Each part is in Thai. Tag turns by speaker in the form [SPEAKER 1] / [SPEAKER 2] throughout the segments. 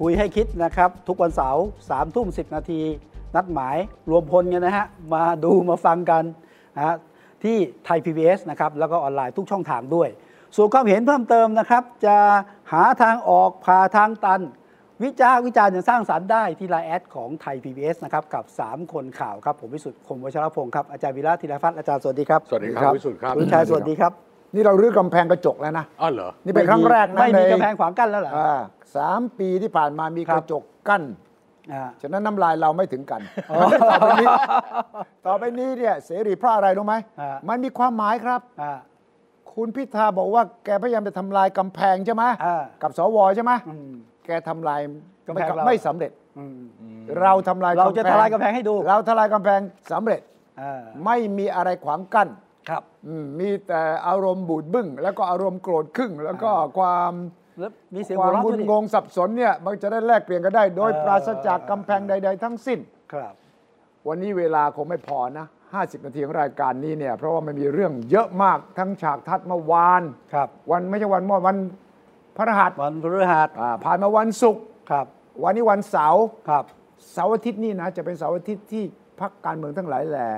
[SPEAKER 1] คุยให้คิดนะครับ ทุกวันเสาร์สามทุ่มสินาที นัดหมายรวมพลกันนะฮะ มาดูมาฟังกันนะฮะที่ไทย PBS นะครับ แล้วก็ออนไลน์ทุกช่องทางด้วย ส่วนความเห็นเพิ่มเติมนะครับ จะหาทางออกผ่าทางตัน วิจารณ์วิจารณ์อย่างสร้างสารรค์ได้ที่ไลน์แอดของไทย PBS นะครับกับ 3 คนข่าวครับ ผมวิสุทธิ์คมวชรพงศ์ครับอาจารย์วีระธีรพัฒน์อาจารย์สวัสดีครับ
[SPEAKER 2] สวัสดีครับวิสุทธิ์ครับ
[SPEAKER 1] ณชัยสวัสดีครับ
[SPEAKER 3] นี่เรารื้อกำแพงกระจกแล้วนะ
[SPEAKER 2] อ๋อเหรอ
[SPEAKER 3] นี่เป็นครั้งแรกนะ
[SPEAKER 1] ไม่มี
[SPEAKER 3] ใน
[SPEAKER 1] กำแพงขวางกั้นแล้วเหรอ
[SPEAKER 3] อ่าสามปีที่ผ่านมามี
[SPEAKER 1] ครั
[SPEAKER 3] ก
[SPEAKER 1] บ
[SPEAKER 3] ระจกกั้น
[SPEAKER 1] อ่า
[SPEAKER 3] ฉะนั้นน้ำลายเราไม่ถึงกันต่อไปนี้ต่อไปนี้เนี่ยเสรีเพราะอะไรรู้ไหม
[SPEAKER 1] อ่ามั
[SPEAKER 3] มันมีความหมายครับ
[SPEAKER 1] อ่า
[SPEAKER 3] คุณพิธาบอกว่าแกพยายามจะทำลายกำแพงใช่ไหม
[SPEAKER 1] อ่า
[SPEAKER 3] กับสวใช่ไหม
[SPEAKER 1] อืม
[SPEAKER 3] แกทำลาย
[SPEAKER 1] กำแพงเรา
[SPEAKER 3] ไม่สำเร็จ
[SPEAKER 1] อืม
[SPEAKER 3] เราทำลาย
[SPEAKER 1] เราจะทลายกำแพงให้ดู
[SPEAKER 3] เราทลายกำแพงสำเร็จ
[SPEAKER 1] อ่า
[SPEAKER 3] ไม่มีอะไรขวางกั้น
[SPEAKER 1] ครับ
[SPEAKER 3] อืมมีแต่อารมณ์บูดบึ้ง แล้วก็อารมณ์โกรธขึ้ง แล้วก็ความ
[SPEAKER 1] แล้วมีเสียง
[SPEAKER 3] ค
[SPEAKER 1] หั
[SPEAKER 3] วาม
[SPEAKER 1] วเราะ
[SPEAKER 3] งุ
[SPEAKER 1] ด้วย
[SPEAKER 3] น
[SPEAKER 1] นี่
[SPEAKER 3] งงสับสนเนี่ยมันจะได้แลกเปลี่ยนกันได้ โดย
[SPEAKER 1] เออ
[SPEAKER 3] ปราศจากกำแพงใด ๆ ทั้งสิ้น
[SPEAKER 1] ครับ
[SPEAKER 3] วันนี้เวลาคงไม่พอนะ 50 นาทีของรายการนี้เนี่ย เพราะว่ามันมีเรื่องเยอะมากทั้งฉากทัดเมื่อวาน
[SPEAKER 1] ครับ
[SPEAKER 3] วันไม่ใช่วันเมื่อวันพระรหัส
[SPEAKER 1] วันพฤหัส
[SPEAKER 3] อ่าผ่านมาวันศุกร์
[SPEAKER 1] ครับ
[SPEAKER 3] วันนี้วันเสาร์
[SPEAKER 1] ครับ
[SPEAKER 3] เสาร์อาทิตย์นี่นะจะเป็นเสาร์อาทิตย์ที่พักการเมืองทั้งหลายแหล่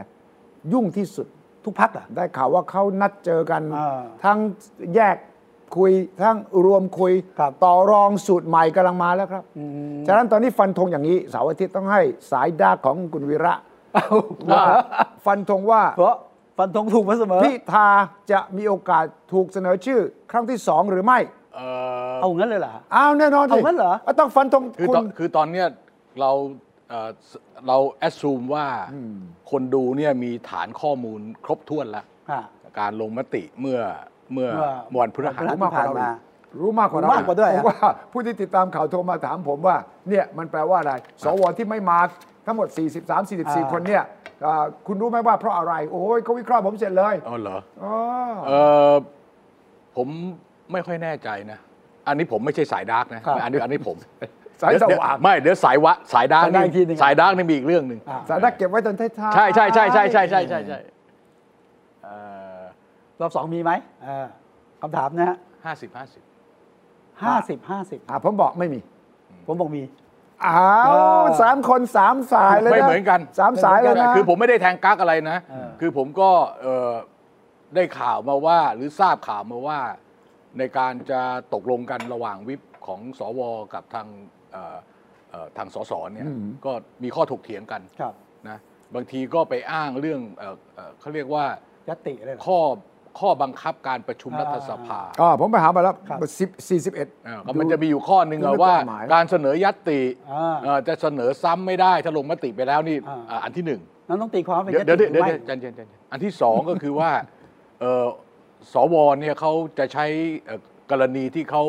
[SPEAKER 3] ยุ่งที่สุด
[SPEAKER 1] ทุกพักอ่ะ
[SPEAKER 3] ได้ข่าวว่าเขานัดเจอกัน
[SPEAKER 1] อ่า
[SPEAKER 3] ทั้งแยกคุย ทั้งรวมคุย
[SPEAKER 1] ครับ
[SPEAKER 3] ต่อรองสูตรใหม่กำลังมาแล้วครับ ฉะนั้นตอนนี้ฟันธงอย่างนี้เสาร์อาทิตย์ต้องให้สายดาร์กของคุณวีระว่าฟันธงว่า
[SPEAKER 1] เพราะฟันธงถูกมาเสมอ
[SPEAKER 3] พิธาจะมีโอกาสถูกเสนอชื่อ ครั้งที่สองหรือไม่
[SPEAKER 2] เออ
[SPEAKER 1] เอางั้นเลยเหรอ
[SPEAKER 3] อ้าวแน่นอนสิ
[SPEAKER 1] เอางั้นเหรอ
[SPEAKER 3] ต้องฟันธง
[SPEAKER 2] คือ
[SPEAKER 3] คุ
[SPEAKER 2] ตอน
[SPEAKER 3] ณ
[SPEAKER 2] คือตอนเนี้ยเราเอ่อเราแอดซูมว่าคนดูเนี่ยมีฐานข้อมูลครบถ้วนแล้ว
[SPEAKER 1] อ่ะ
[SPEAKER 2] การลงมติเมื่อเมื่อ
[SPEAKER 1] เมื่อ
[SPEAKER 2] วันพฤหัส
[SPEAKER 3] รู้มากกว่า
[SPEAKER 1] ที่
[SPEAKER 3] เรา
[SPEAKER 1] ผ่านมา
[SPEAKER 3] รู้มากกว่าเรา
[SPEAKER 1] รู้มากกว่าด้วย
[SPEAKER 3] เพราะว่า ผู้ที่ติดตามข่าวโทรมาถามผมว่า เนี่ยมันแปลว่าอะไร สวที่ไม่มาทั้งหมด 43
[SPEAKER 1] า
[SPEAKER 3] 44 คนเนี่ยอ่าคุณรู้ไหมว่าเพราะอะไร โอ้ยเขาวิเคราะห์ผมเสร็จเลย
[SPEAKER 2] อ๋อเหรอ
[SPEAKER 3] อ๋อ
[SPEAKER 2] เออผมไม่ค่อยแน่ใจนะ อันนี้ผมไม่ใช่สายดาร์กนะ อันนี้อันนี้ผม
[SPEAKER 3] สายสว่า
[SPEAKER 2] เดี๋
[SPEAKER 3] ง
[SPEAKER 2] ยไม่เดี๋ยวสายวะสายดาร์ก
[SPEAKER 1] สายดาร์กอีกทีหนึ่ง
[SPEAKER 2] สายดาร์กนี่มีอีกเรื่องหนึ่ง
[SPEAKER 1] อ่ะ
[SPEAKER 3] สายนักเก็บไว้ตอนท้ายๆ
[SPEAKER 2] ใช่ใช่ใช่ใช่ใช่ใช่ใช่ใช่
[SPEAKER 1] รอบสองมีไหมเออคำถามนะฮะ
[SPEAKER 2] ห้าสิบห้าสิบ
[SPEAKER 1] ห้าสิบห้าสิบ
[SPEAKER 3] อ่ะผมบอกไม่มี
[SPEAKER 1] ผมบอกมี
[SPEAKER 3] อ้าว
[SPEAKER 1] อ่า
[SPEAKER 3] สามคนสามสายเลยนะ
[SPEAKER 2] ไม่เหมือนกัน
[SPEAKER 3] สามสายเลยนะ
[SPEAKER 2] คือผมไม่ได้แทงกั๊กอะไรนะ
[SPEAKER 1] เออ
[SPEAKER 2] คือผมก็เอ่อได้ข่าวมาว่าหรือทราบข่าวมาว่า ในการจะตกลงกันระหว่างวิปของสวกับทางเอ่อเอ่อทางสสเนี่ย
[SPEAKER 3] อืม
[SPEAKER 2] ก็มีข้อถกเถียงกัน
[SPEAKER 1] ครับ
[SPEAKER 2] นะบางทีก็ไปอ้างเรื่องเอ่อเอ่อเขาเรียกว่าย
[SPEAKER 1] ตติเลยเหรอ
[SPEAKER 2] ข้อข้อบังคับการประชุมรัฐสภา
[SPEAKER 3] อ๋อผมไปหามาแล้ว
[SPEAKER 1] ครับ
[SPEAKER 3] สิบสี่สิบเอ็ด
[SPEAKER 2] เออก็มันจะมีอยู่ข้อหนึ่งอะว่า
[SPEAKER 3] ดูในกฎหมาย
[SPEAKER 2] การเสนอยัตติ
[SPEAKER 1] อ่า
[SPEAKER 2] เอ่อจะเสนอซ้ำไม่ได้ถ้าลงมติไปแล้วนี่
[SPEAKER 1] อ่า
[SPEAKER 2] อ่าอันที่หนึ่ง
[SPEAKER 1] นั้นต้องตีความว่าเป็น
[SPEAKER 2] เดี๋ย
[SPEAKER 1] ยว ต
[SPEAKER 2] เดี๋ยว
[SPEAKER 1] ติห
[SPEAKER 2] เดี๋ยว
[SPEAKER 1] รือไม่
[SPEAKER 2] เดี๋ยวจันจันจันอันที่สองก็คือว่าเอ่อสวเนี่ยเขาจะใช้เอ่อกรณีที่เขา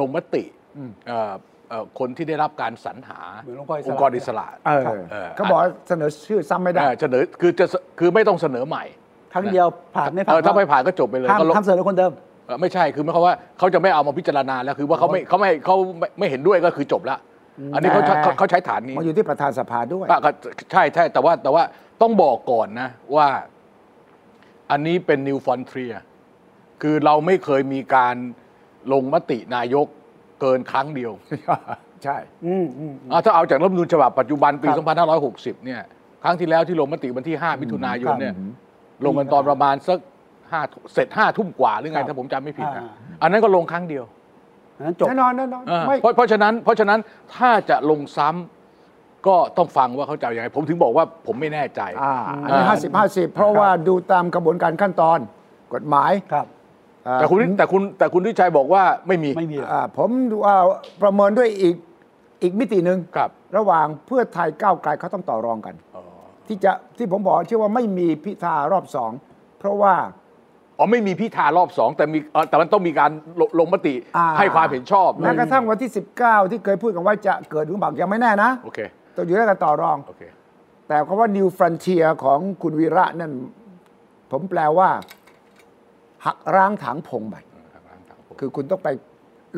[SPEAKER 2] ลงมติเอ่อเอ่อคนที่ได้รับการสรรหา
[SPEAKER 1] เหมือนองค์กรอิสระ
[SPEAKER 2] องค์กรอิสระ
[SPEAKER 3] เออ
[SPEAKER 2] เออ
[SPEAKER 3] เขาบอกว่าเสนอชื่อซ้ำไม่ได้
[SPEAKER 2] เอ่อเสนอคือจะคือไม่ต้องเสนอใหม่
[SPEAKER 1] ครั้งเดียวผ่านไม่ผ่าน
[SPEAKER 2] เออถ้าไม่ผ่านก็จบไปเลย
[SPEAKER 1] ห้าม
[SPEAKER 2] ก็ลบ
[SPEAKER 1] ห้ามเสนอคนเดิม
[SPEAKER 2] เอ่อไม่ใช่คือหมายความว่าเขาจะไม่เอามาพิจารณาแล้วคือว่าเขาไม่เขาไม่เขาไม่ไม่เห็นด้วยก็คือจบละอันนี้เขาใช้เขาเขาใช้ฐานนี้
[SPEAKER 3] มันอยู่ที่ประธานสภาด้วย
[SPEAKER 2] ปะก็ใช่ใช่แต่ว่าแต่ว่าต้องบอกก่อนนะว่าอันนี้เป็นนิวฟอนเทียคือเราไม่เคยมีการลงมตินายกเกินครั้งเดียว
[SPEAKER 3] ใช่
[SPEAKER 1] อืมอืม
[SPEAKER 2] อ่ะถ้าเอาจากรัฐธรรมนูญฉบับปัจจุบันปี
[SPEAKER 1] ครับ
[SPEAKER 2] 2560 เนี่ย ครั้งที่แล้วที่ลงมติวันที่ 5 มิถุนายนเนี่ย
[SPEAKER 3] ครับ
[SPEAKER 2] ลงกันตอนประมาณสักห้าเสร็จห้าทุ่มกว่าหรือไง
[SPEAKER 1] ครับ
[SPEAKER 2] ถ้าผมจำไม่ผิดนะ
[SPEAKER 1] อ่า
[SPEAKER 2] อันนั้นก็ลงครั้งเดียว
[SPEAKER 1] นั้นจบ
[SPEAKER 3] แน่นอนแน่นอน
[SPEAKER 2] อ่า
[SPEAKER 3] ไม่
[SPEAKER 2] เพราะเพราะฉะนั้นเพราะฉะนั้นถ้าจะลงซ้ำก็ต้องฟังว่าเขาจะเอายังไง ผมถึงบอกว่าผมไม่แน่ใจ
[SPEAKER 3] อ่าอันนี้
[SPEAKER 2] อ่า
[SPEAKER 3] ห้าสิบห้าสิบเพราะว่าดูตามกระบวนการขั้นตอนกฎหมาย
[SPEAKER 1] ครับ
[SPEAKER 3] อ่า
[SPEAKER 2] แต่คุณแต่คุณแต่คุณทิชัยบอกว่าไม่มี
[SPEAKER 1] ไม่มีหรอก
[SPEAKER 3] อ่าผมดูว่าประเมินด้วยอีกอีกมิติหนึ่ง
[SPEAKER 2] ครับ
[SPEAKER 3] ระหว่างเพื่อไทยก้าวไกลเขาต้องต่อรองกัน ที่จะที่ผมบอกเชื่อว่าไม่มีพิธารอบสอง เพราะว่า
[SPEAKER 2] อ๋อไม่มีพิธารอบสองแต่มีเอ่อแต่มันต้องมีการลงลงมติ
[SPEAKER 3] อ่า
[SPEAKER 2] ให้ความเห็นชอบ
[SPEAKER 3] แม้กระทั่งวันที่ 19 ที่เคยพูดกันว่าจะเกิดหรือบังยังไม่แน่นะ
[SPEAKER 2] โอเค
[SPEAKER 3] ต้องอยู่ด้วยกันต่อรอง
[SPEAKER 2] โอเค
[SPEAKER 3] แต่คำว่า New Frontier ของคุณวีระนั่น ผมแปลว่า หักร้างถางพงใหม่คือคุณต้องไป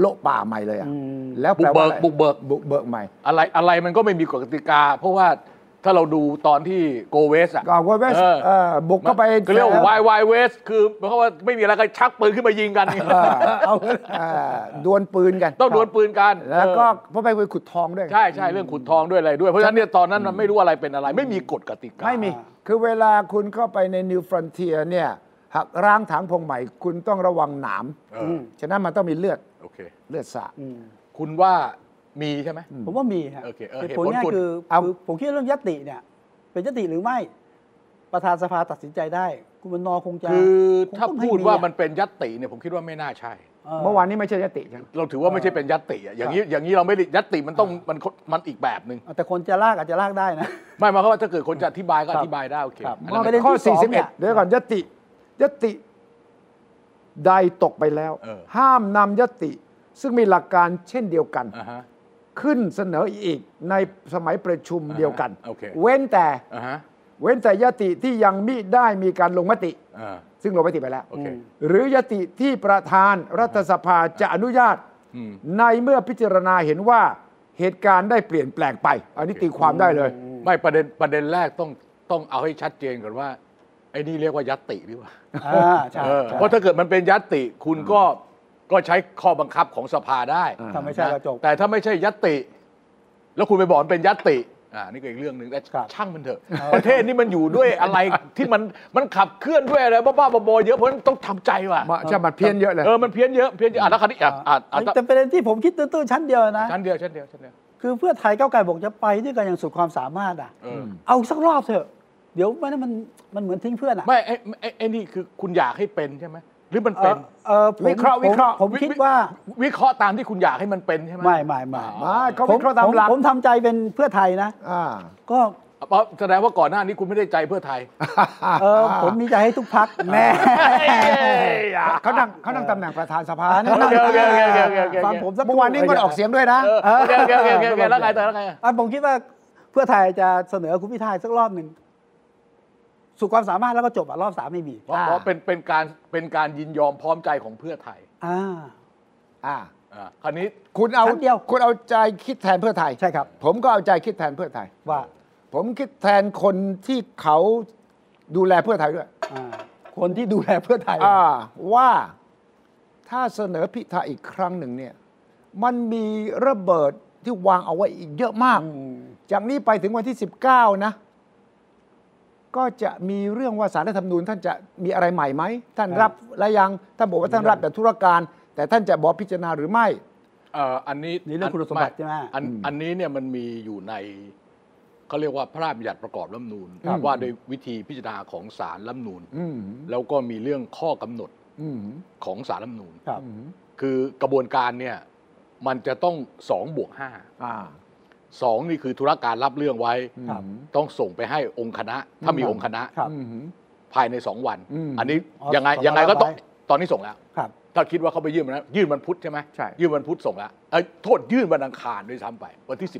[SPEAKER 3] โละป่าใหม่เลยอะ
[SPEAKER 1] อืม
[SPEAKER 3] แล้วแปลว่าอะไร
[SPEAKER 2] บุกเบิก
[SPEAKER 3] บุกเบิกใหม่
[SPEAKER 2] อะไรอะไรมันก็ไม่มีกฎกติกา เพราะว่าถ้าเราดูตอนที่โกเวสอะ
[SPEAKER 3] ก็เอา Wild West
[SPEAKER 2] ออ
[SPEAKER 3] เออบุกเข้าไป
[SPEAKER 2] ก็เรียกวายวายเวส คือเพราะว่าไม่มีอะไรก็ชักปืนขึ้นมายิงกัน
[SPEAKER 3] อ่าเอาเอ่อดวลปืนกัน
[SPEAKER 2] ต้องดวลปืนกัน
[SPEAKER 3] แล้วก็
[SPEAKER 2] เออ
[SPEAKER 3] เพราะไปไปขุดทองด้วย
[SPEAKER 2] ใช่ใช่เรื่องขุดทองด้วยอะไรด้วย เพราะฉะนั้นเนี่ยตอนนั้นมันไม่รู้อะไรเป็นอะไร ไม่มีกฎกติกา
[SPEAKER 1] ไม่มี
[SPEAKER 3] คือเวลาคุณเข้าไปใน New Frontier เนี่ยหักร้างถางพงใหม่ คุณต้องระวังหนาม
[SPEAKER 2] เออ
[SPEAKER 3] ฉะนั้นมันต้องมีเลือด
[SPEAKER 2] โอเค
[SPEAKER 3] เลือดสาด
[SPEAKER 1] อืม
[SPEAKER 2] คุณว่ามีใช่ไหม
[SPEAKER 1] ผมว่ามีฮะ
[SPEAKER 2] โอเคเออ
[SPEAKER 1] เหตุ
[SPEAKER 2] เหตุ
[SPEAKER 1] ผ
[SPEAKER 2] ผ
[SPEAKER 1] ล
[SPEAKER 2] ล
[SPEAKER 1] ง่าย
[SPEAKER 2] คุณ
[SPEAKER 1] คือ
[SPEAKER 3] เอา
[SPEAKER 1] คือผมคิดว่าเรื่องยตติเนี่ย เป็นยตติหรือไม่ ประธานสภาตัดสินใจได้ คุณวันนอร์คงจะ
[SPEAKER 2] คือ
[SPEAKER 1] คง
[SPEAKER 2] ถ้า
[SPEAKER 1] ต้องให้
[SPEAKER 2] พูดว่ามัน
[SPEAKER 1] อะ
[SPEAKER 2] เป็นยัตติเนี่ยผมคิดว่าไม่น่าใช่
[SPEAKER 3] เมื่อวานนี้ไม่ใช่ยติใช่ไหม
[SPEAKER 2] เราถือว่าไม่ใช่เป็นยัตติอะอย่างนี้อย่างนี้เราไม่ได้ยัตติมันต้องมันมันอีกแบบหนึ่ง
[SPEAKER 1] แต่คนจะลากอาจจะลากได้นะ
[SPEAKER 2] ไม่หมายความว่าถ้าเกิดคนจะอธิบายก็
[SPEAKER 1] ครั
[SPEAKER 2] อบ ธิบายได้โอเค
[SPEAKER 1] ครับ
[SPEAKER 2] อันนั้น
[SPEAKER 1] ประเด็นที่
[SPEAKER 3] ข้อ
[SPEAKER 1] สองเนี่ย
[SPEAKER 3] 41 เดี๋ยวก่อนยติยติใดตกไปแล้ว
[SPEAKER 2] เออ
[SPEAKER 3] ห้ามนำยติ ซึ่งมีหลักการเช่นเดียวกัน
[SPEAKER 2] อ่าฮะ
[SPEAKER 3] ขึ้นเสนออีกในสมัยประชุมเดียวกัน
[SPEAKER 2] อ่าโอเค
[SPEAKER 3] เว้นแต่
[SPEAKER 2] อ่าฮะ
[SPEAKER 3] เว้นแต่ยติที่ยังมิได้มีการลงมติ
[SPEAKER 2] อ่า
[SPEAKER 3] ซึ่งลงมติไปแล้ว
[SPEAKER 2] โอเค
[SPEAKER 3] หรือยติที่ประธานรัฐสภาจะอนุญาต
[SPEAKER 2] อืม
[SPEAKER 3] ในเมื่อพิจารณาเห็นว่าเหตุการณ์ได้เปลี่ยนแปลงไป อันนี้ตีความได้เลย
[SPEAKER 2] ไม่ประเด็นประเด็นแรกต้องต้องเอาให้ชัดเจนก่อนว่าไอ้นี่เรียกว่ายัตติหรือเปล่า
[SPEAKER 1] อ่าใช่
[SPEAKER 2] เออ
[SPEAKER 1] ใช่
[SPEAKER 2] เพราะถ้าเกิดมันเป็นยัตติคุณก็ก็ใช้ข้อบังคับของสภาได้
[SPEAKER 3] อ่า
[SPEAKER 1] ทำไม่ใช่กระจก
[SPEAKER 2] แต่ถ้าไม่ใช่ยัตติ แล้วคุณไปบอกมันเป็นยัตติอ่านี่ก็อีกเรื่องหนึ่งแต่
[SPEAKER 1] ครับ
[SPEAKER 2] ช่างมันเถอะ ประเทศนี้มันอยู่ด้วยอะไร ที่มันมันขับเคลื่อนด้วยอะไรบ้าๆบอๆเยอะเพราะฉะนั้นต้องทำใจว่ะ
[SPEAKER 3] มาจะมาเพี้ยนเยอะเลย
[SPEAKER 2] เออมันเพี้ยนเยอะเพี้ยนเยอะอ่ะแล้วคราวนี้อ่ะอ่ะอ่ะ
[SPEAKER 1] แต่ประเด็นที่ผมคิดตื้นๆชั้นเดียวนะ
[SPEAKER 2] ชั้นเดียวชั้นเดียวชั้นเดียว
[SPEAKER 1] คือเพื่อไทยก้าวไกลบอกจะไปด้วยกันอย่างสุดความสามารถอ่ะ
[SPEAKER 2] เออ
[SPEAKER 1] เอาสักรอบเถอะ เดี๋ยวไม่นั้นมันมันเหมือนทิ้งเพื่อนอ่ะ
[SPEAKER 2] ไม่ไอ้ไอ้ไอ้นี่คือคุณอยากให้เป็นใช่ไหมหรือมัน
[SPEAKER 1] เอ
[SPEAKER 2] เป็
[SPEAKER 1] อนเออผม
[SPEAKER 3] วิเคราะห์
[SPEAKER 1] ผม
[SPEAKER 3] วิเคราะห์
[SPEAKER 1] ผมคิดว่า
[SPEAKER 2] วิเคราะห์ตามที่คุณอยากให้มันเป็นใช่ไหม
[SPEAKER 1] ไม่ไม่ไม่
[SPEAKER 3] มาเขา
[SPEAKER 1] ผม
[SPEAKER 3] วิเคราะห์ตาม
[SPEAKER 1] ผม
[SPEAKER 3] หลัก
[SPEAKER 1] ผมทำใจเป็นเพื่อไทยนะ
[SPEAKER 3] อ่า
[SPEAKER 1] ก็
[SPEAKER 2] เพราะแสดงว่าก่อนหน้านี้คุณไม่ได้ใจเพื่อไทย
[SPEAKER 1] เออผมมีใจให้ทุกพักแน่
[SPEAKER 3] เขานั่งเขานั่งตำแหน่งประธานสภานะ
[SPEAKER 2] โอเคโอเคโอเคโอเคโอเคโอเค
[SPEAKER 1] ฟังผมสัก
[SPEAKER 3] เมื่อวานนี้งดออกเสียงด้วยนะ
[SPEAKER 2] เออโอเคโอเคโอเคโอเคโอเคแล้วไงต่อแล้วไง
[SPEAKER 1] อ่ะผมคิดว่าเพื่อไทยจะเสนอคุณพิธาสักรอบหนึ่งสุดความสามารถแล้วก็จบอ่ะรอบสามไม่มี
[SPEAKER 2] เพราะเพราะเป็นเป็นการเป็นการยินยอมพร้อมใจของเพื่อไทย
[SPEAKER 1] อ่า
[SPEAKER 3] อ่า
[SPEAKER 2] อ่าคราวนี้
[SPEAKER 3] คุณเอา
[SPEAKER 1] ชั้นเดียว
[SPEAKER 3] คุณเอาใจคิดแทนเพื่อไทย
[SPEAKER 1] ใช่ครับ
[SPEAKER 3] ผมก็เอาใจคิดแทนเพื่อไทย
[SPEAKER 1] ว่า
[SPEAKER 3] ผมคิดแทนคนที่เขาดูแลเพื่อไทยด้วย
[SPEAKER 1] อ่าคนที่ดูแลเพื่อไทย
[SPEAKER 3] อ่าว่าถ้าเสนอพิธาอีกครั้งหนึ่งเนี่ย มันมีระเบิดที่วางเอาไว้อีกเยอะมาก จากนี้ไปถึงวันที่ 19 นะ ก็จะมีเรื่องว่าสารรัฐธรรมนูญท่านจะมีอะไรใหม่ไหม ท่าน
[SPEAKER 1] ครับ
[SPEAKER 3] รับและยังท่านบอกว่าท่านรับแต่ธุรการ แต่ท่านจะบอกพิจารณาหรือไม่
[SPEAKER 2] เอ่ออันนี้
[SPEAKER 1] นี่เรื่องคุณสมบัติใช่ไหม
[SPEAKER 2] อันอันนี้เนี่ยมันมีอยู่ในเขาเรียกว่าพระราชบัญญัติประกอบรัฐธรรมนูญ
[SPEAKER 3] ครับ
[SPEAKER 2] ว่าโดวยวิธีพิจารณาของศาลรัฐธรรมนูญ
[SPEAKER 3] อืม
[SPEAKER 2] แล้วก็มีเรื่องข้อกำหนด
[SPEAKER 3] อืม
[SPEAKER 2] ของสารรัฐธรรมนูญ
[SPEAKER 1] ครับ
[SPEAKER 3] อืม
[SPEAKER 2] คือกระบวนการเนี่ยมันจะต้อง2บวก
[SPEAKER 3] อ่า
[SPEAKER 2] 5 2 นี่คือธุรการรับเรื่องไว้
[SPEAKER 1] ครับ
[SPEAKER 2] ต้องส่งไปให้องค์คณะ ถ้ามีองค์คณะ
[SPEAKER 1] ครับ
[SPEAKER 3] อืม
[SPEAKER 2] ภายใน 2 วัน
[SPEAKER 3] อืม
[SPEAKER 2] อันนี้
[SPEAKER 1] อ๋อ
[SPEAKER 2] ยังไง
[SPEAKER 1] ส่งมา
[SPEAKER 2] ยังไงก็ต้อง
[SPEAKER 1] ไว้
[SPEAKER 2] ตอนนี้ส่งแล้ว
[SPEAKER 1] ครับ
[SPEAKER 2] ถ้าคิดว่าเขาไปยื่นมันนะยื่นวันพุธใช่ไหม
[SPEAKER 3] ใช่
[SPEAKER 2] ยื่นวันพุธส่งแล้วเอ้ยโทษยื่นวันอังคารด้วยซ้ำไป วันที่ 10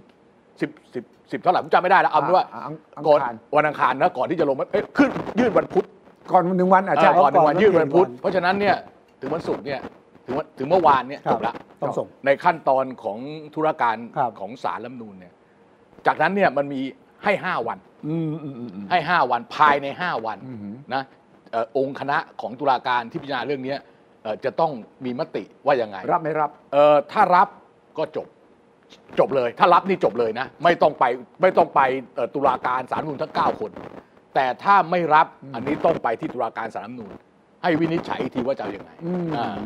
[SPEAKER 2] 10 10 10เท่าไหร่ผมจำไม่ได้แล้วเอาเป็นว่า
[SPEAKER 3] อ่อังอัง
[SPEAKER 2] ก่อน
[SPEAKER 3] คาร
[SPEAKER 2] วันอังคารนะก่อนที่จะลงมติเอ้ยขึ้นยื่นวันพุธ
[SPEAKER 3] ก่อนหนึ่งวันอาจจะ
[SPEAKER 2] เออก่อนหนึ่งวัน
[SPEAKER 1] ก่อน
[SPEAKER 2] ยื่นวันพุธ
[SPEAKER 1] วัน
[SPEAKER 2] เพราะฉะนั้นเนี่ยถึงวันศุกร์เนี่ยถึงวันถึงเมื่อวานเนี่ยจบละ
[SPEAKER 1] ต้องส่ง
[SPEAKER 2] ในขั้นตอนของธุรการ
[SPEAKER 1] ครับ
[SPEAKER 2] ของสารรัฐธรรมนูญเนี่ยจากนั้นเนี่ยมันมีให้ 5 วัน
[SPEAKER 3] อืมอืมอืมอืม
[SPEAKER 2] ให้ 5 วันภายใน 5 วัน
[SPEAKER 3] อือหือ
[SPEAKER 2] นะเอ่อองค์คณะของตุลาการที่พิจารณาเรื่องเนี้ยเอ่อจะต้องมีมติว่ายังไง
[SPEAKER 3] รับไม่รับ
[SPEAKER 2] เอ่อถ้ารับก็จบจบเลย ถ้ารับนี่จบเลยนะไม่ต้องไปไม่ต้องไปเอ่อตุลาการสารรัฐธรรมนูญทั้ง9คน แต่ถ้าไม่รับอันนี้ต้องไปที่ตุลาการสารรัฐธรรมนูญให้วินิจฉัยอีกทีว่าจะเอาอย่างไง
[SPEAKER 3] อืม
[SPEAKER 2] อ่า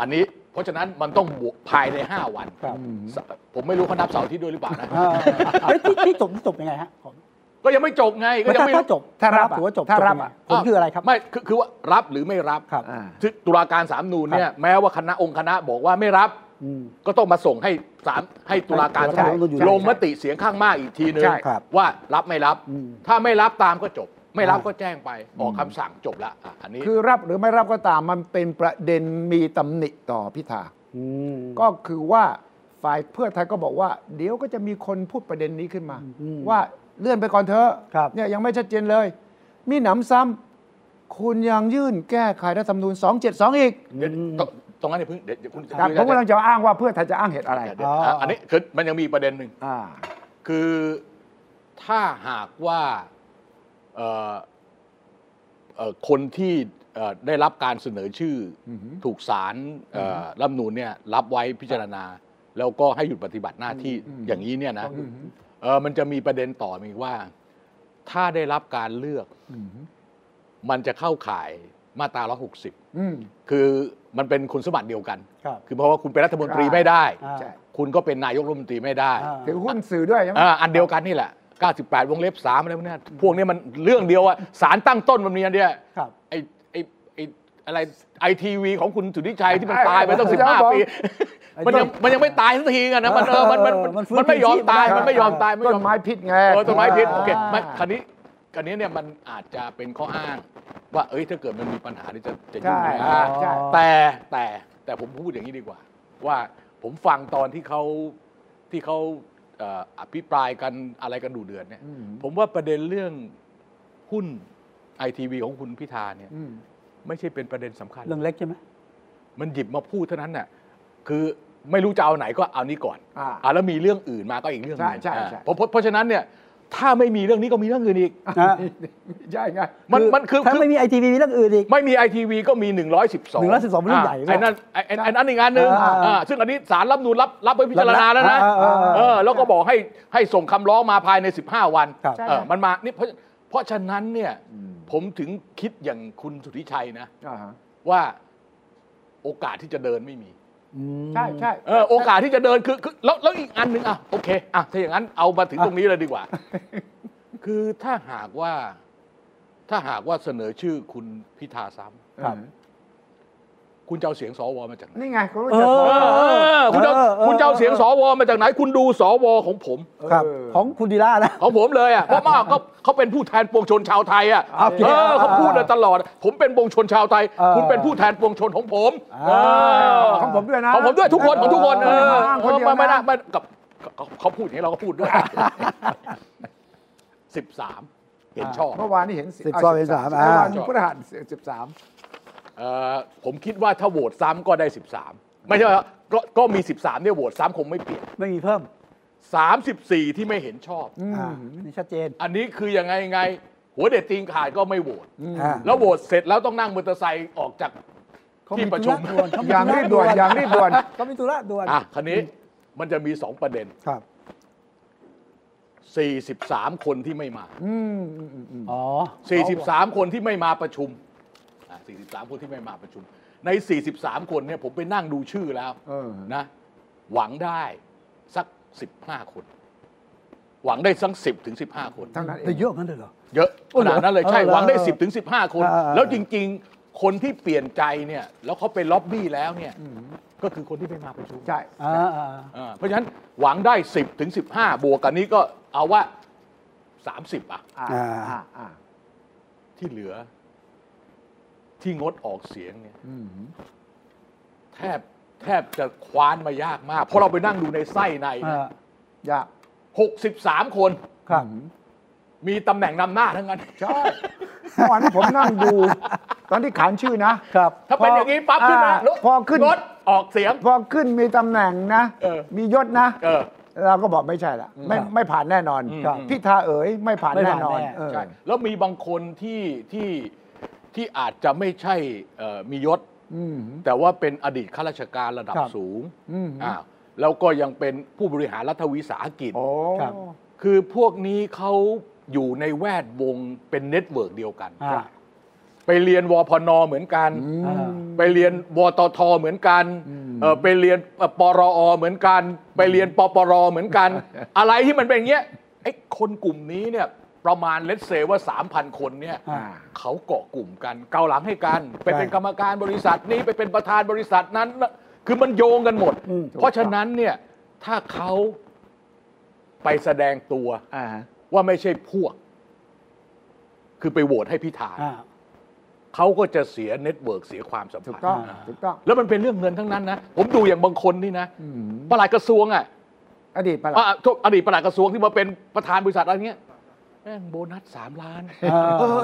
[SPEAKER 2] อันนี้เพราะฉะนั้นมันต้องบวกภายใน 5 วัน
[SPEAKER 1] ครับ
[SPEAKER 2] สผมไม่รู้เขานับเสาร์อาที่ด้วยหรือเปล่านะ
[SPEAKER 1] เออเฮ้ยที่ที่จบที่จบยังไงฮะผม
[SPEAKER 2] ก็ยังไม่จบไงก็ยัง
[SPEAKER 1] ถ้า
[SPEAKER 2] ไม่
[SPEAKER 1] ถ้าจบ
[SPEAKER 3] ถ้ารับ
[SPEAKER 1] ถือว่าจบ
[SPEAKER 3] ถ้ารับ
[SPEAKER 1] จยังไง
[SPEAKER 3] อ่ะ
[SPEAKER 1] ผลคืออะไรครับ
[SPEAKER 2] ไม่คือคือว่ารับหรือไม่รับ
[SPEAKER 1] ครับ
[SPEAKER 3] อ่า
[SPEAKER 2] ซึ่งตุลาการสามนูนเนี่ยแม้ว่าคณะองค์คณะบอกว่าไม่รับ
[SPEAKER 1] อืม
[SPEAKER 2] ก็ต้องมาส่งให้สามให้ตุลาการ
[SPEAKER 1] ให้
[SPEAKER 2] สาม
[SPEAKER 1] ตุลาการ
[SPEAKER 2] ลงมติเสียงข้างมากอีกทีนึง
[SPEAKER 3] ใช่
[SPEAKER 1] ครับ
[SPEAKER 2] ว่ารับไม่รับ
[SPEAKER 1] อืม
[SPEAKER 2] ถ้าไม่รับตามก็จบ ไม่รับก็แจ้งไปออกคำสั่งจบละอ่ะอันนี้
[SPEAKER 3] คือรับหรือไม่รับก็ตามมันเป็นประเด็นมีตำหนิต่อพิธา
[SPEAKER 1] อืม
[SPEAKER 3] ก็คือว่าฝ่ายเพื่อไทยก็บอกว่า เดี๋ยวก็จะมีคนพูดประเด็นนี้ขึ้นมา
[SPEAKER 1] อืม
[SPEAKER 3] ว่าเลื่อนไปก่อนเถอะ
[SPEAKER 1] ครับ
[SPEAKER 3] เนี่ยยังไม่ชัดเจนเลย มีหนำซ้ำคุณยังยื่นแก้ไขรัฐธรรมนูญ272 อีก
[SPEAKER 2] เดี๋ยวตรงตรงนั้นเนี่ยเพิ่งเดี๋ยวเดี๋ยวคุณ
[SPEAKER 3] ครับผมกำลังจะอ้างว่าเพื่อไทยจะอ้างเหตุอะไร
[SPEAKER 2] เดี๋ยวเดี๋ย
[SPEAKER 1] อ๋ออ่
[SPEAKER 2] วะอันนี้คือมันยังมีประเด็นหนึ่ง
[SPEAKER 3] อ่า
[SPEAKER 2] คือถ้าหากว่าเอ่อเอ่อคนที่เอ่อได้รับการเสนอชื่ออถูกสารเอ่ออรัฐธรรมนูนเนี่ยรับไว้พิจารณา แล้วก็ให้หยุดปฏิบัติหน้าที่อย่างนี้เนี่ยนะเอ่อมันจะมีประเด็นต่อมาอีกว่า ถ้าได้รับการเลือกมันจะเข้าข่ายมาตราร้อหกสิบ
[SPEAKER 3] อืม
[SPEAKER 2] คือมันเป็นคุณสมบัติเดียวกัน
[SPEAKER 1] ครับ
[SPEAKER 2] คือเพราะว่าคุณเป็นรัฐมนตรี
[SPEAKER 3] ครับ
[SPEAKER 2] ไม่ได้
[SPEAKER 1] อ่า
[SPEAKER 3] ใช่
[SPEAKER 2] คุณก็เป็นนายกรัฐมนตรีไม่ได้
[SPEAKER 1] อ่า
[SPEAKER 3] ถือหุ้นสื่อด้วยใช่ไหม
[SPEAKER 2] อ่าอันเดียวกันนี่แหละ 98 วงเล็บ 3 อะไรพวกเนี้ยพวกเนี้ยมันเรื่องเดียวอะสารตั้งต้นมันมีอันเดียว
[SPEAKER 1] ครับ
[SPEAKER 2] ไอไอไออะไรไอทีวีของคุณสุทธิชัยที่มันตายไปตั้ง 15 ปี มันยังมันยังไม่ตายสักทีกันนะ มันเออมันมัน
[SPEAKER 1] เออมันฟื้น
[SPEAKER 2] มันไม่ยอมตาย
[SPEAKER 1] คืนชีพได้
[SPEAKER 2] มันไม่ยอมตายไม่ย
[SPEAKER 3] ต้
[SPEAKER 2] อน ม
[SPEAKER 3] ไม้พิษไง
[SPEAKER 2] เออต้นไม้พิษโอเคไม่
[SPEAKER 3] อ่า
[SPEAKER 2] คันนี้คันนี้เนี่ยมันอาจจะเป็นข้ออ้าง ว่าเอ้ยถ้าเกิดมันมีปัญหานี่จะจะยุ่ง
[SPEAKER 3] ใช่
[SPEAKER 2] นะ
[SPEAKER 3] ใช่
[SPEAKER 2] แต่แต่แต่ผมพูดอย่างนี้ดีกว่า ว่าผมฟังตอนที่เขาที่เขาเอ่ออภิปรายกันอะไรกันดูเดือดเนี่ย
[SPEAKER 3] อืม
[SPEAKER 2] ผมว่าประเด็นเรื่องหุ้นไอทีวีของคุณพิธาเนี่ย
[SPEAKER 3] อืม
[SPEAKER 2] ไม่ใช่เป็นประเด็นสำคัญ
[SPEAKER 1] เรื่องเล็กใช่ไหม
[SPEAKER 2] มันหยิบมาพูดเท่านั้นน่ะคือไม่รู้จะเอาไหนก็เอานี้ก่อน
[SPEAKER 3] อ่า
[SPEAKER 2] ะแล้วมีเรื่องอื่นมาก็อีกเรื่องหนึง
[SPEAKER 3] ใช่ใช่ใช่
[SPEAKER 2] อ่าเพราะเพราะเพราะฉะนั้นเนี่ยถ้าไม่มีเรื่องนี้ก็มีเรื่องอื่นอีก
[SPEAKER 1] อ่ะ
[SPEAKER 3] ใช่ไง
[SPEAKER 2] มันมันคือ
[SPEAKER 1] ถ้า
[SPEAKER 2] คือ
[SPEAKER 1] ไม่มีไอทีวีมีเรื่องอื่นอีก
[SPEAKER 2] ไม่มีไอทีวีก็มี 112
[SPEAKER 1] 112เป็นเรื่องใหญ่
[SPEAKER 2] ไอ้นั่นไอ้ไอ้ไอ้นั่นอีกงานหนึ่ง
[SPEAKER 1] อ่าอ่า
[SPEAKER 2] อ่าซึ่งอันนี้สารรับนูนรับรับไว้พิจารณาแล้วนะ
[SPEAKER 1] เออเออเอ
[SPEAKER 2] เอ
[SPEAKER 1] อ
[SPEAKER 2] อแล้วก็บอกให้ให้ส่งคำร้องมาภายใน 15 วัน
[SPEAKER 1] ครับ
[SPEAKER 2] เออมันมานี่เพราะเพราะฉะนั้นเนี่ยผมถึงคิดอย่างคุณสุทธิชัยนะ
[SPEAKER 3] อ่าฮะ
[SPEAKER 2] ว่าโอกาสที่จะเดินไม่มี
[SPEAKER 3] ใช่ใช่
[SPEAKER 2] เอ อโอกาสที่จะเดินคือคือแล้วแล้วอีกอันหนึ่งอ่ะโอเคอ่ะถ้าอย่างนั้นเอามาถึงตรงนี้เลยดีกว่า คือถ้าหากว่า ถ้าหากว่าเสนอชื่อคุณพิธาซ้ำ
[SPEAKER 1] ครับ
[SPEAKER 2] คุณจะเอาเสียงสวมาจากไหน
[SPEAKER 3] นี่ไงคุณรู้จัก
[SPEAKER 1] เอ
[SPEAKER 3] บอ
[SPEAKER 1] อ
[SPEAKER 3] ก
[SPEAKER 2] เออคุณจะ
[SPEAKER 1] เออเออ
[SPEAKER 2] คุณจะเอาเสียงสวมาจากไหน คุณดูสวของผม
[SPEAKER 1] ครับ
[SPEAKER 3] เออ
[SPEAKER 1] ของคุณดีล่านะ
[SPEAKER 2] ของผมเลยอ่ะ เพราะว่าเขาเขาเป็นผู้แทนปวงชนชาวไทยอ่ะ
[SPEAKER 1] โอเค
[SPEAKER 2] เออเขาพูดมาตลอด ผมเป็นปวงชนชาวไทย
[SPEAKER 1] เออ
[SPEAKER 2] คุณเป็นผู้แทนปวงชนของผม
[SPEAKER 1] เออ
[SPEAKER 2] เ
[SPEAKER 3] ของผมด้วยนะ
[SPEAKER 2] ของผมด้วยทุกคนของทุกคนเออ
[SPEAKER 3] ไม่ได้มาอ้างคนเดียวนะ
[SPEAKER 2] ไม่ไม่ได้ไม่กับกับกับเขาพูดอย่างนี้เราก็พูดด้วย สิบสามเห็นชอบ
[SPEAKER 3] เมื่อวานนี่เห็น
[SPEAKER 1] สิบสองเป็นสามอ่า
[SPEAKER 3] เมื่อวานพฤหัสสิบสาม
[SPEAKER 2] เอ่อผมคิดว่าถ้าโหวตซ้ำก็ได้ 13 ไม่ใช่ว่าก็ก็มี 13เนี่ยโหวตซ้ำคงไม่เปลี่ยน
[SPEAKER 1] ไม่มีเพิ่ม
[SPEAKER 2] 34 ที่ไม่เห็นชอบ
[SPEAKER 1] อ่านี่ชัดเจน
[SPEAKER 2] อันนี้คือยังไงยังไง หัวเด็ดตีนขาดก็ไม่โหวต
[SPEAKER 1] อ่า
[SPEAKER 2] แล้วโหวตเสร็จแล้วต้องนั่งมอเตอร์ไซค์ออกจากที่ประชุม
[SPEAKER 3] อย่างรีบด่วนอย่างรีบด่วน
[SPEAKER 1] ก็มีธุระด่วน
[SPEAKER 2] อ่ะคันนี้มันจะมี 2 ประเด็น
[SPEAKER 1] ครับ
[SPEAKER 2] 43 คนที่ไม่มา
[SPEAKER 3] อืมอืมอืมอืม
[SPEAKER 1] อ๋อ
[SPEAKER 2] 43 คนที่ไม่มาประชุมอ่ะ43 คนที่ไม่มาประชุม ใน 43 คนเนี่ยผมไปนั่งดูชื่อแล้ว
[SPEAKER 3] เออ
[SPEAKER 2] นะ หวังได้สัก 15 คน หวังได้สัก 10 ถึง 15 คน
[SPEAKER 3] เท่านั้นเอ
[SPEAKER 1] แต่
[SPEAKER 3] ง
[SPEAKER 1] เยอะงั้นเลยเหรอ
[SPEAKER 2] เยอะขนาดนั้นเลยใช่
[SPEAKER 1] เออเหรอ
[SPEAKER 2] หวังได้ 10 ถึง 15 คน
[SPEAKER 1] อ่าๆ
[SPEAKER 2] แล้วจริง ๆ คนที่เปลี่ยนใจเนี่ย แล้วเขาไปล็อบบี้แล้วเนี่ย ก็คือคนที่ไม่มาประชุม
[SPEAKER 3] ใช่
[SPEAKER 1] อ่าอ่า
[SPEAKER 2] อ่าเพราะฉะนั้นหวังได้ 10 ถึง 15 บวกกันนี้ก็เอาว่า 30 อ่ะ
[SPEAKER 3] อ่าอ่าอ่า
[SPEAKER 2] ที่เหลือ ที่งดออกเสียงเนี่ย
[SPEAKER 3] อืม
[SPEAKER 2] แทบแทบจะคว้านมายากมาก เพราะเราไปนั่งดูในไส้ใน
[SPEAKER 1] อ่า
[SPEAKER 3] อยาก
[SPEAKER 2] หกสิบสามคน
[SPEAKER 1] ครับ
[SPEAKER 2] มีตำแหน่งนำหน้าทั้งนั้น
[SPEAKER 3] ใช่เมื่อวานนี้ผมนั่งดู ตอนที่ขานชื่อนะ
[SPEAKER 1] ครับ
[SPEAKER 2] ถ้าเป็นอย่างนี้ปั๊บขึ้นมา
[SPEAKER 3] อ่าพอขึ้น
[SPEAKER 2] รถออกเสียง
[SPEAKER 3] พอขึ้นมีตำแหน่งนะ
[SPEAKER 2] เออ
[SPEAKER 3] มียศนะ
[SPEAKER 2] เออ
[SPEAKER 3] เราก็บอกไม่ใช่ละไม่
[SPEAKER 1] ครับ
[SPEAKER 3] ไม่ผ่านแน่นอน
[SPEAKER 1] ครับ
[SPEAKER 3] พิธาเอ๋ยไม่ผ่าน
[SPEAKER 1] ไม่
[SPEAKER 3] แน่
[SPEAKER 1] ผ่าน
[SPEAKER 3] นอน
[SPEAKER 1] แน่
[SPEAKER 3] เออ
[SPEAKER 2] ใช่ แล้วมีบางคนที่ที่ที่อาจจะไม่ใช่เอ่อมียศ
[SPEAKER 3] อืม
[SPEAKER 2] แต่ว่าเป็นอดีตข้าราชการระดับ
[SPEAKER 1] ครับ
[SPEAKER 2] สูง
[SPEAKER 3] อืม
[SPEAKER 2] อ่าแล้วก็ยังเป็นผู้บริหารรัฐวิสาหกิจ
[SPEAKER 3] โอ้
[SPEAKER 1] ครับ
[SPEAKER 2] คือพวกนี้เขาอยู่ในแวดวงเป็นเน็ตเวิร์กเดียวกัน
[SPEAKER 1] อ่า
[SPEAKER 2] ไปเรียนวพนเหมือนกัน
[SPEAKER 1] อ่า
[SPEAKER 2] ไปเรียนวตทเหมือนกันเอ่อไปเรียนเอ่อปรอเหมือนกัน ไปเรียนปปรเหมือนกัน อะไรที่มันเป็นอย่างเงี้ยไอ้คนกลุ่มนี้เนี่ยประมาณเล s เซว่า 3,000 คนเนี่ย
[SPEAKER 1] อ่า
[SPEAKER 2] เขาเกาะกลุ่มกันเกาหลังให้กัน ไปเป็น
[SPEAKER 1] ใช่
[SPEAKER 2] กรรมการบริษัทนี้ไปเป็นประธานบริษัทนั้น คือมันโยงกันหมด
[SPEAKER 1] อืม
[SPEAKER 2] เพราะฉะนั้นเนี่ยถ้าเขาไปแสดงตัว
[SPEAKER 3] อ่า
[SPEAKER 2] ว่าไม่ใช่พวก คือไปโหวตให้พิธา
[SPEAKER 1] อ่า
[SPEAKER 2] เขาก็จะเสียเน็ตเวิร์กเสียความสัม
[SPEAKER 3] ถู
[SPEAKER 2] พั
[SPEAKER 3] ก
[SPEAKER 2] น
[SPEAKER 3] ต้อง
[SPEAKER 2] ธ์
[SPEAKER 1] อ่า
[SPEAKER 3] ถูกต้อง
[SPEAKER 2] แล้วมันเป็นเรื่องเงินทั้งนั้นนะ ผมดูอย่างบางคนนี่นะ
[SPEAKER 3] อืม
[SPEAKER 2] ประหลัดกระทรวงอ่ะ
[SPEAKER 3] อดีตประหลัด
[SPEAKER 2] อ่ะโทษอดีตประหลัดกระทรวงที่มาเป็นประธานบริษัทอะไรเงี้ยแม่งโบนัสสามล้าน
[SPEAKER 1] อ่า
[SPEAKER 2] เออ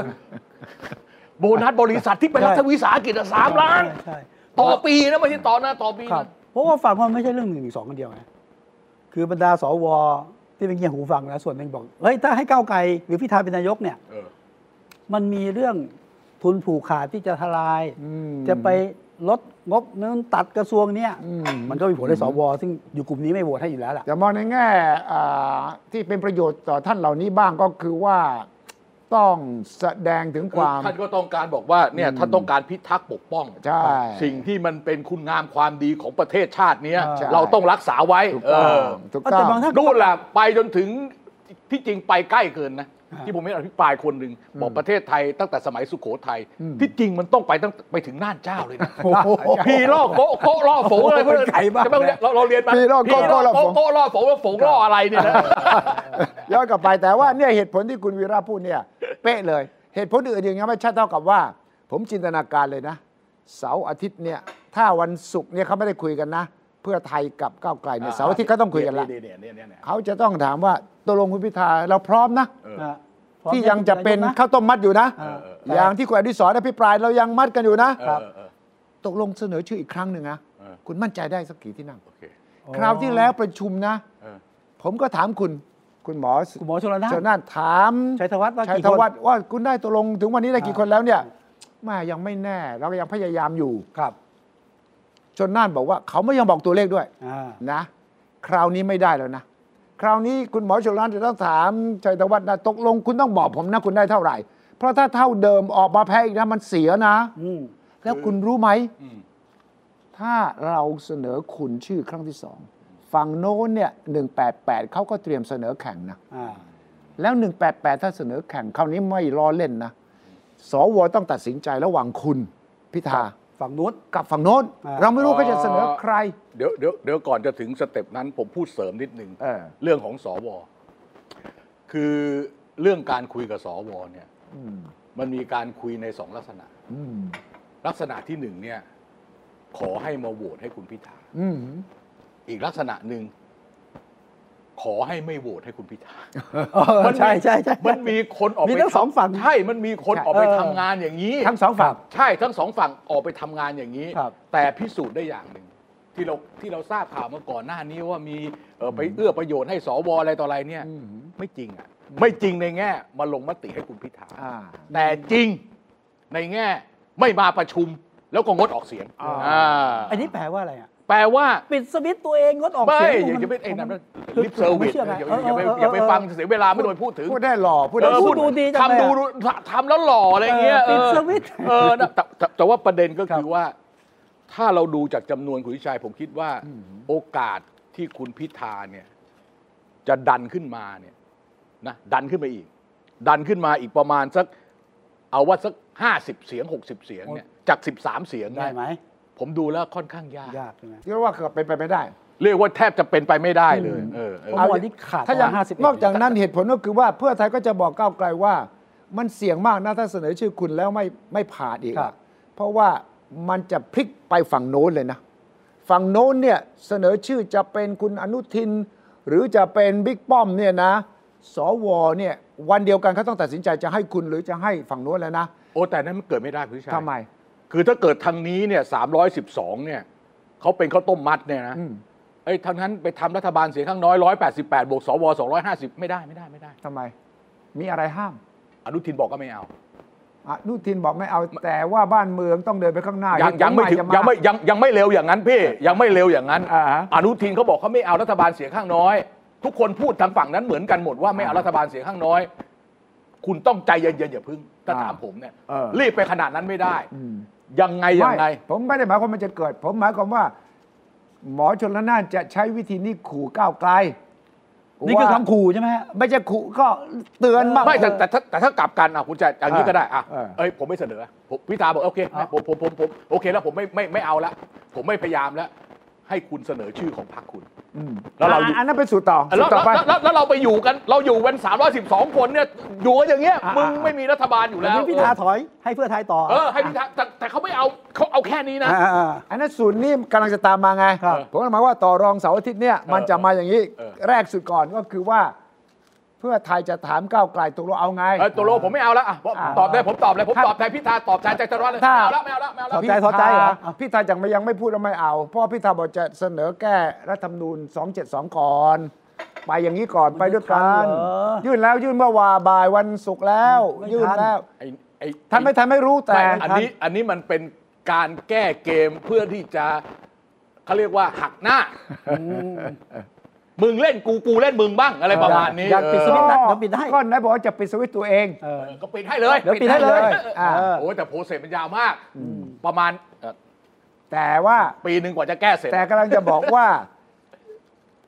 [SPEAKER 2] โบนัสบริษัทที่เป็นรัฐวิสาหกิจอะสามล้าน
[SPEAKER 1] ใช่
[SPEAKER 2] ต่อปีนะไม่ใช่ต่อหน้าต่อปี
[SPEAKER 1] ครับ
[SPEAKER 2] นะ
[SPEAKER 1] เพราะว่าฟังว่าไม่ใช่เรื่องหนึ่งสองคนเดียวนะคือบรรดาสวที่เป็นเงียหูฟังนะส่วนหนึ่งบอกเฮ้ยถ้าให้ก้าวไกลหรือพิธาเป็นนายกเนี่ย
[SPEAKER 2] เออ
[SPEAKER 1] มันมีเรื่องทุนผูกขาดที่จะทลาย
[SPEAKER 3] อืม
[SPEAKER 1] จะไปลดงบนั้นตัดกระทรวงเนี่ย
[SPEAKER 3] อืม
[SPEAKER 1] มันก็มีผลให้สวซึ่งอยู่กลุ่มนี้ไม่โหวตให้อยู่แล้วล่ะ
[SPEAKER 3] แต่มองในแง่อ่าที่เป็นประโยชน์ต่อท่านเหล่านี้บ้างก็คือว่าต้องแสดงถึงความ
[SPEAKER 2] ท่านก็ต้องการบอกว่าเนี่ยท่านต้องการพิทักษ์ปกป้อง
[SPEAKER 3] ใช่
[SPEAKER 2] สิ่งที่มันเป็นคุณงามความดีของประเทศชาติเนี้ย
[SPEAKER 3] ใช่
[SPEAKER 2] เราต้องรักษาไว้
[SPEAKER 3] ถูก
[SPEAKER 2] เออ
[SPEAKER 3] ต้องถูกต้อง
[SPEAKER 1] แต่บางท่าน
[SPEAKER 2] นู่นล่ะไปจนถึงที่จริงไปใกล้เกินนะ ที่ผมไม่อภิปรายคนหนึ่งบอกประเทศไทยตั้งแต่สมัยสุโขทัยที่จริงมันต้องไปตั้งไปถึงน่านเจ้าเลยนะ
[SPEAKER 1] โอ้โห
[SPEAKER 2] พีล่อโกะโกะล่อโฝงอะไรพวกนั้น
[SPEAKER 1] ไกลมาก
[SPEAKER 2] ใช่ไหมเราเราเรียนมา
[SPEAKER 3] พี่ล่อโกะโกะล่อโฝง
[SPEAKER 2] โกะล่อโฝงแล้วโฝงล่ออะไรเนี่ยนะ
[SPEAKER 3] ย้อนกลับไปแต่ว่าเนี่ยเหตุผลที่คุณวีระพูดเนี่ย เป๊ะเลย เหตุผลอื่นยังไม่ใช่เท่ากับว่า ผมจินตนาการเลยนะ เสาร์อาทิตย์เนี่ย ถ้าวันศุกร์เนี่ยเขาไม่ได้คุยกันนะ เพื่อไทยกับก้าวไกลเนี่ยเสาร์อาทิตย์ก็ต้องคุยกันละ
[SPEAKER 2] เนี่ยเนี่ยเนี่ยเนี่ย
[SPEAKER 3] เขาจะต้องถามว่าตกลงคุณพิธาเราพร้อมนะ
[SPEAKER 2] เออ
[SPEAKER 1] นะพร้อม
[SPEAKER 3] ที่ยังจะเป็น
[SPEAKER 1] นายกนะ
[SPEAKER 3] ข้าวต้มมัดอยู่นะ
[SPEAKER 1] เออ
[SPEAKER 3] อย่างที่คุณอดิศรอภิปรายเรายังมัดกันอยู่นะ
[SPEAKER 2] เออเออ
[SPEAKER 3] ตกลงเสนอชื่ออีกครั้งหนึ่งนะ
[SPEAKER 2] เออ
[SPEAKER 3] คุณมั่นใจได้สักกี่ที่นั่ง
[SPEAKER 2] โอเค
[SPEAKER 3] คราวที่แล้วประชุมนะ
[SPEAKER 2] เออ
[SPEAKER 3] ผมก็ถามคุณ คุณหมอ
[SPEAKER 1] คุณหมอชลนาน
[SPEAKER 3] ชนน่านถาม
[SPEAKER 1] ชัยธวัฒน์ว่ากี่คน
[SPEAKER 3] ชัยธวัฒน์ว่าคุณได้ตกลงถึงวันนี้ได้กี่
[SPEAKER 1] อ่า
[SPEAKER 3] คนแล้วเนี่ยแม่ยังไม่แน่ เราก็ยังพยายามอยู่
[SPEAKER 1] ครับ
[SPEAKER 3] ชนน่านบอกว่า เขาไม่ยังบอกตัวเลขด้วย
[SPEAKER 1] อ่า
[SPEAKER 3] นะ คราวนี้ไม่ได้แล้วนะ คราวนี้คุณหมอชนน่านจะต้องถามชัยธวัฒน์นะตกลงคุณต้องบอกผมนะคุณได้เท่าไหร่ เพราะถ้าเท่าเดิมออกมาแพ้อีกนะมันเสียนะ
[SPEAKER 1] อืม
[SPEAKER 3] แล้วคุณรู้ไหม
[SPEAKER 2] อืม
[SPEAKER 3] ถ้าเราเสนอคุณชื่อครั้งที่สองฝั่งโน้นเนี่ย188เขาก็เตรียมเสนอแข่งนะ
[SPEAKER 1] อ่า
[SPEAKER 3] แล้ว 188 ถ้าเสนอแข่งคราวนี้ไม่ล้อเล่นนะ สวต้องตัดสินใจระหว่างคุณพิธา
[SPEAKER 1] ฝั่งนู้น
[SPEAKER 3] กับฝั่งโน้น
[SPEAKER 1] อ่า
[SPEAKER 3] เราไม่รู้เขาจะเสนอใคร
[SPEAKER 2] เดี๋ยวเดี๋ยวเดี๋ยวก่อนจะถึงสเต็ปนั้นผมพูดเสริมนิดนึง
[SPEAKER 3] เออ
[SPEAKER 2] รื่องของสอวอคือเรื่องการคุยกับสอวอเนี่ย
[SPEAKER 3] อืม
[SPEAKER 2] มันมีการคุยในสองลักษณะ
[SPEAKER 3] อืม
[SPEAKER 2] ลักษณะที่หนึ่งเนี่ย ขอให้มาโหวตให้คุณพิธา
[SPEAKER 3] อืม
[SPEAKER 2] อีกลักษณะหนึ่งขอให้ไม่โหวตให้คุณพิ ธา
[SPEAKER 1] เออ
[SPEAKER 2] มันมี
[SPEAKER 1] ใช่ใช่ใช่
[SPEAKER 2] มันมีคนออกไป
[SPEAKER 1] มีทั้งสองฝั่ง
[SPEAKER 2] ใช่มันมีคนออกไป
[SPEAKER 1] เออ
[SPEAKER 2] ทำงานอย่างนี้
[SPEAKER 1] ทั้งสองฝั่ง
[SPEAKER 2] ใช่ทั้งสองฝั่งออกไปทำงานอย่างนี้
[SPEAKER 1] ครับ
[SPEAKER 2] แต่พิสูจน์ได้อย่างหนึ่งที่เราที่เราทราบข่าวมาก่อนหน้านี้ว่ามีเอ่อไปเอื้อประโยชน์ให้สวอะไรต่ออะไรเนี่ย
[SPEAKER 3] อืม
[SPEAKER 2] ไม่จริงอ่ะไม่จริงในแง่มาลงมติให้คุณพิธา
[SPEAKER 3] อ่า
[SPEAKER 2] แต่จริงในแง่ไม่มาประชุมแล้วก็งดออกเสียง
[SPEAKER 1] อ่า
[SPEAKER 2] อ่า
[SPEAKER 1] อันนี้แปลว่าอะไรอ่ะ
[SPEAKER 2] แปลว่า
[SPEAKER 1] ปิดสวิตช์ตัวเองงดออก
[SPEAKER 2] ไม่
[SPEAKER 1] เสียง
[SPEAKER 2] อย่าไป
[SPEAKER 1] ขง
[SPEAKER 2] ไอ้นั่น
[SPEAKER 1] ขง
[SPEAKER 2] ลิปเซอร์วิส
[SPEAKER 1] เชื่อไหม
[SPEAKER 2] อย่าไปอย่าไป
[SPEAKER 1] เออเออเออ
[SPEAKER 2] อย่าไปฟังเสียเวลาไม่โดยพูดถึง
[SPEAKER 3] พูดได้หล่อพูดได้
[SPEAKER 2] เออ
[SPEAKER 3] ส
[SPEAKER 2] พู
[SPEAKER 3] ว
[SPEAKER 2] ด
[SPEAKER 3] ย
[SPEAKER 1] ดูดีจัง
[SPEAKER 2] ทำ
[SPEAKER 1] เลยอะ
[SPEAKER 2] ดูดูทำแล้วหล่ออะไรเงี้ย
[SPEAKER 1] เออปิด
[SPEAKER 2] เออ
[SPEAKER 1] สวิตช์
[SPEAKER 2] เออนะแต่แต่แต่ว่าประเด็นก็
[SPEAKER 1] ครั
[SPEAKER 2] คื
[SPEAKER 1] บ
[SPEAKER 2] อว่า ถ้าเราดูจากจำนวนคุณวิชัยผมคิดว่าโอกาสที่คุณพิธาเนี่ย จะดันขึ้นมาเนี่ยนะดันขึ้นมาอีก ดันขึ้นมาอีกประมาณสัก เอาว่าสักห้าสิบเสียงหกสิบเสียงเนี่ยจากสิบสามเสียง
[SPEAKER 1] ได้
[SPEAKER 2] เนี่ย
[SPEAKER 1] ไหม
[SPEAKER 2] ผมดูแล้วค่อนข้างยาก
[SPEAKER 1] ยากใช่ไหม
[SPEAKER 3] คิดว่าเกือบเป็นไปไม่ได้
[SPEAKER 2] เรียกว่าแทบจะเป็นไปไม่ได้เลยเออเออ
[SPEAKER 1] เพราะวันนี้ขาด
[SPEAKER 3] ถ้าอย่าง
[SPEAKER 1] ห้าสิบ
[SPEAKER 3] นอกจากนั้นเหตุผลก็คือว่าเพื่อไทยก็จะบอกก้าวไกลว่า มันเสี่ยงมากนะถ้าเสนอชื่อคุณแล้วไม่ไม่ผ่านอีก
[SPEAKER 1] ครั
[SPEAKER 3] อะ
[SPEAKER 1] บ
[SPEAKER 3] เพราะว่ามันจะพลิกไปฝั่งโน้นเลยนะ ฝั่งโน้นเนี่ยเสนอชื่อจะเป็นคุณอนุทิน หรือจะเป็นบิ๊กป้อมเนี่ยนะ สวเนี่ยวันเดียวกันเขาต้องตัดสินใจจะให้คุณหรือจะให้ฝั่งโน้นแล้วนะ
[SPEAKER 2] โอ้แต่นั้นมันเกิดไม่ได้คุณวิชัย
[SPEAKER 3] ทำไม
[SPEAKER 2] คือถ้าเกิดทางนี้เนี่ยสามร้อยสิบสองเนี่ยเขาเป็นข้าวต้มมัดเนี่ยนะ
[SPEAKER 3] อืม
[SPEAKER 2] ไอ้ยทางนั้นไปทำรัฐบาลเสียงข้างน้อยร้อยแปดสิบแปดบวกสวสองร้อยห้าสิบไม่ได้ไม่ได้ไม่ได้
[SPEAKER 3] ทำไม มีอะไรห้าม
[SPEAKER 2] อนุทินบอกก็ไม่เอา
[SPEAKER 3] อนุทินบอกไม่เอาแต่ว่าบ้านเมืองต้องเดินไปข้างหน้า
[SPEAKER 2] ยังยังไม่ถึง
[SPEAKER 3] จะ
[SPEAKER 2] ยังไม่ยังยังไม่เร็วอย่างนั้นพี่ยังไม่เร็วอย่างนั้น
[SPEAKER 3] อ่าฮะ
[SPEAKER 2] อนุทินเขาบอกเขาไม่เอารัฐบาลเสียงข้างน้อย ทุกคนพูดทางฝั่งนั้นเหมือนกันหมดว่าไม่เอารัฐบาลเสียงข้างน้อย คุณต้องใจเย็นๆอย่าพึ่งถ้าถามผมเนี่ย
[SPEAKER 3] เออ
[SPEAKER 2] รีบไปขนาดนั้นไม่ได้ ยังไงยังไง
[SPEAKER 3] ไม่ผมไม่ได้หมายความมันจะเกิด ผมหมายความว่า หมอชนละนานจะใช้วิธีนี้ขู่ก้าวไกล
[SPEAKER 1] นี่คือ
[SPEAKER 3] ว่า
[SPEAKER 1] คำขู่ใช่ไหมฮะ
[SPEAKER 3] ไม่จะขู่ก็เตือนบ้าง
[SPEAKER 2] ไม่แต่แต่ถ้าแต่ถ้ากลับกันอ่ะคุณจะอย่างนี้ก็ได้อ่ะ
[SPEAKER 3] เออ
[SPEAKER 2] เอ้ยผมไม่เสนอผมพิธาบอกโอเค
[SPEAKER 1] อ่ะ
[SPEAKER 2] ผมผมผมผมโอเคแล้วผมไม่ไม่ไม่เอาละผมไม่พยายามแล้ว ให้คุณเสนอชื่อของพรรคคุณ
[SPEAKER 3] อืม
[SPEAKER 2] แล้วเราอยู่
[SPEAKER 3] อ่ะอันนั้นเป็นสูตรต่อ
[SPEAKER 2] แล้
[SPEAKER 3] สู
[SPEAKER 2] ว
[SPEAKER 3] ตรต่อไป
[SPEAKER 2] แล้วแล้วแล้วเราไปอยู่กัน เราอยู่เป็น 312 คนเนี่ยอยู่กันอย่างเงี้ย
[SPEAKER 3] อ่ะ
[SPEAKER 2] มึง
[SPEAKER 3] อ่ะ
[SPEAKER 2] ไม่มีรัฐบาลอยู่
[SPEAKER 1] แล้
[SPEAKER 2] แล้ว ว
[SPEAKER 1] พิธาถอยให้เพื่อไทยต่อ
[SPEAKER 2] เออให้พิธาแต่แต่เขาไม่เอาเขาเอาแค่นี้นะ
[SPEAKER 1] อ่าอ่าอ่า
[SPEAKER 3] อันนั้นสูตรนี่กำลังจะตามมาไง
[SPEAKER 1] ครับ
[SPEAKER 3] ผมหมายว่าต่อรองเสาร์อาทิตย์เนี่ยมันจะมาอย่างนี้
[SPEAKER 2] เออ
[SPEAKER 3] แรกสุดก่อนก็คือว่า เพื่อไทยจะถามก้าวไกลตกลงเอาไง
[SPEAKER 2] เออตัวโลผมไม่เอาแล้วอ่ะผม
[SPEAKER 3] อ่า
[SPEAKER 2] ตอบเลยผมตอบเลยผม
[SPEAKER 3] ถ้า
[SPEAKER 2] ตอบแทนพิธาตอบแทนใจจรวัฒน์เลยไม่
[SPEAKER 3] ถ้า
[SPEAKER 2] เอาแล้วไม่เอาแล้วไม่เอาแล้ว
[SPEAKER 1] ถอดใจถอดใจเหรอ
[SPEAKER 3] พิธาพี่ธาจังไม่ยังไม่พูดว่าไม่เอา เพราะว่าพี่ธาบอกจะเสนอแก้รัฐธรรมนูญ 272 ก่อน ไปอย่างนี้ก่อนไปด้วยกั
[SPEAKER 1] ทั
[SPEAKER 3] น
[SPEAKER 1] นเหรอ
[SPEAKER 3] ยื่นแล้วยื่นเมื่อวาบ่ายวันศุกร์แล้ว
[SPEAKER 1] ไม่
[SPEAKER 3] ยื่น
[SPEAKER 1] ทัน
[SPEAKER 3] แล้ว
[SPEAKER 2] ไอ้ไอ้
[SPEAKER 3] ท่านไม่ทันไม่รู้แต่
[SPEAKER 2] ไม่อันนี้อันนี้มันเป็นการแก้เกมเพื่อที่จะเขาเรียกว่าหักหน้า มึงเล่นกูกูเล่นมึงบ้างอะไรประมาณนี้
[SPEAKER 1] อยากปิดสวิตช์
[SPEAKER 2] เออ
[SPEAKER 1] เดี๋ยวปิดให้
[SPEAKER 3] ก็นายบอกว่าจะปิดสวิตช์ตัวเอง
[SPEAKER 1] เออ
[SPEAKER 2] ก็ปิดให้เลย
[SPEAKER 1] เดี๋ยวปิดให้เลย
[SPEAKER 3] อ่า
[SPEAKER 1] เออ
[SPEAKER 2] โอ้ยแต่โปรเซสมันยาวมาก ประมาณเอ่อ
[SPEAKER 3] แต่ว่า
[SPEAKER 2] ปีหนึ่งกว่าจะแก้เสร็จ
[SPEAKER 3] แต่กำลังจะบอกว่า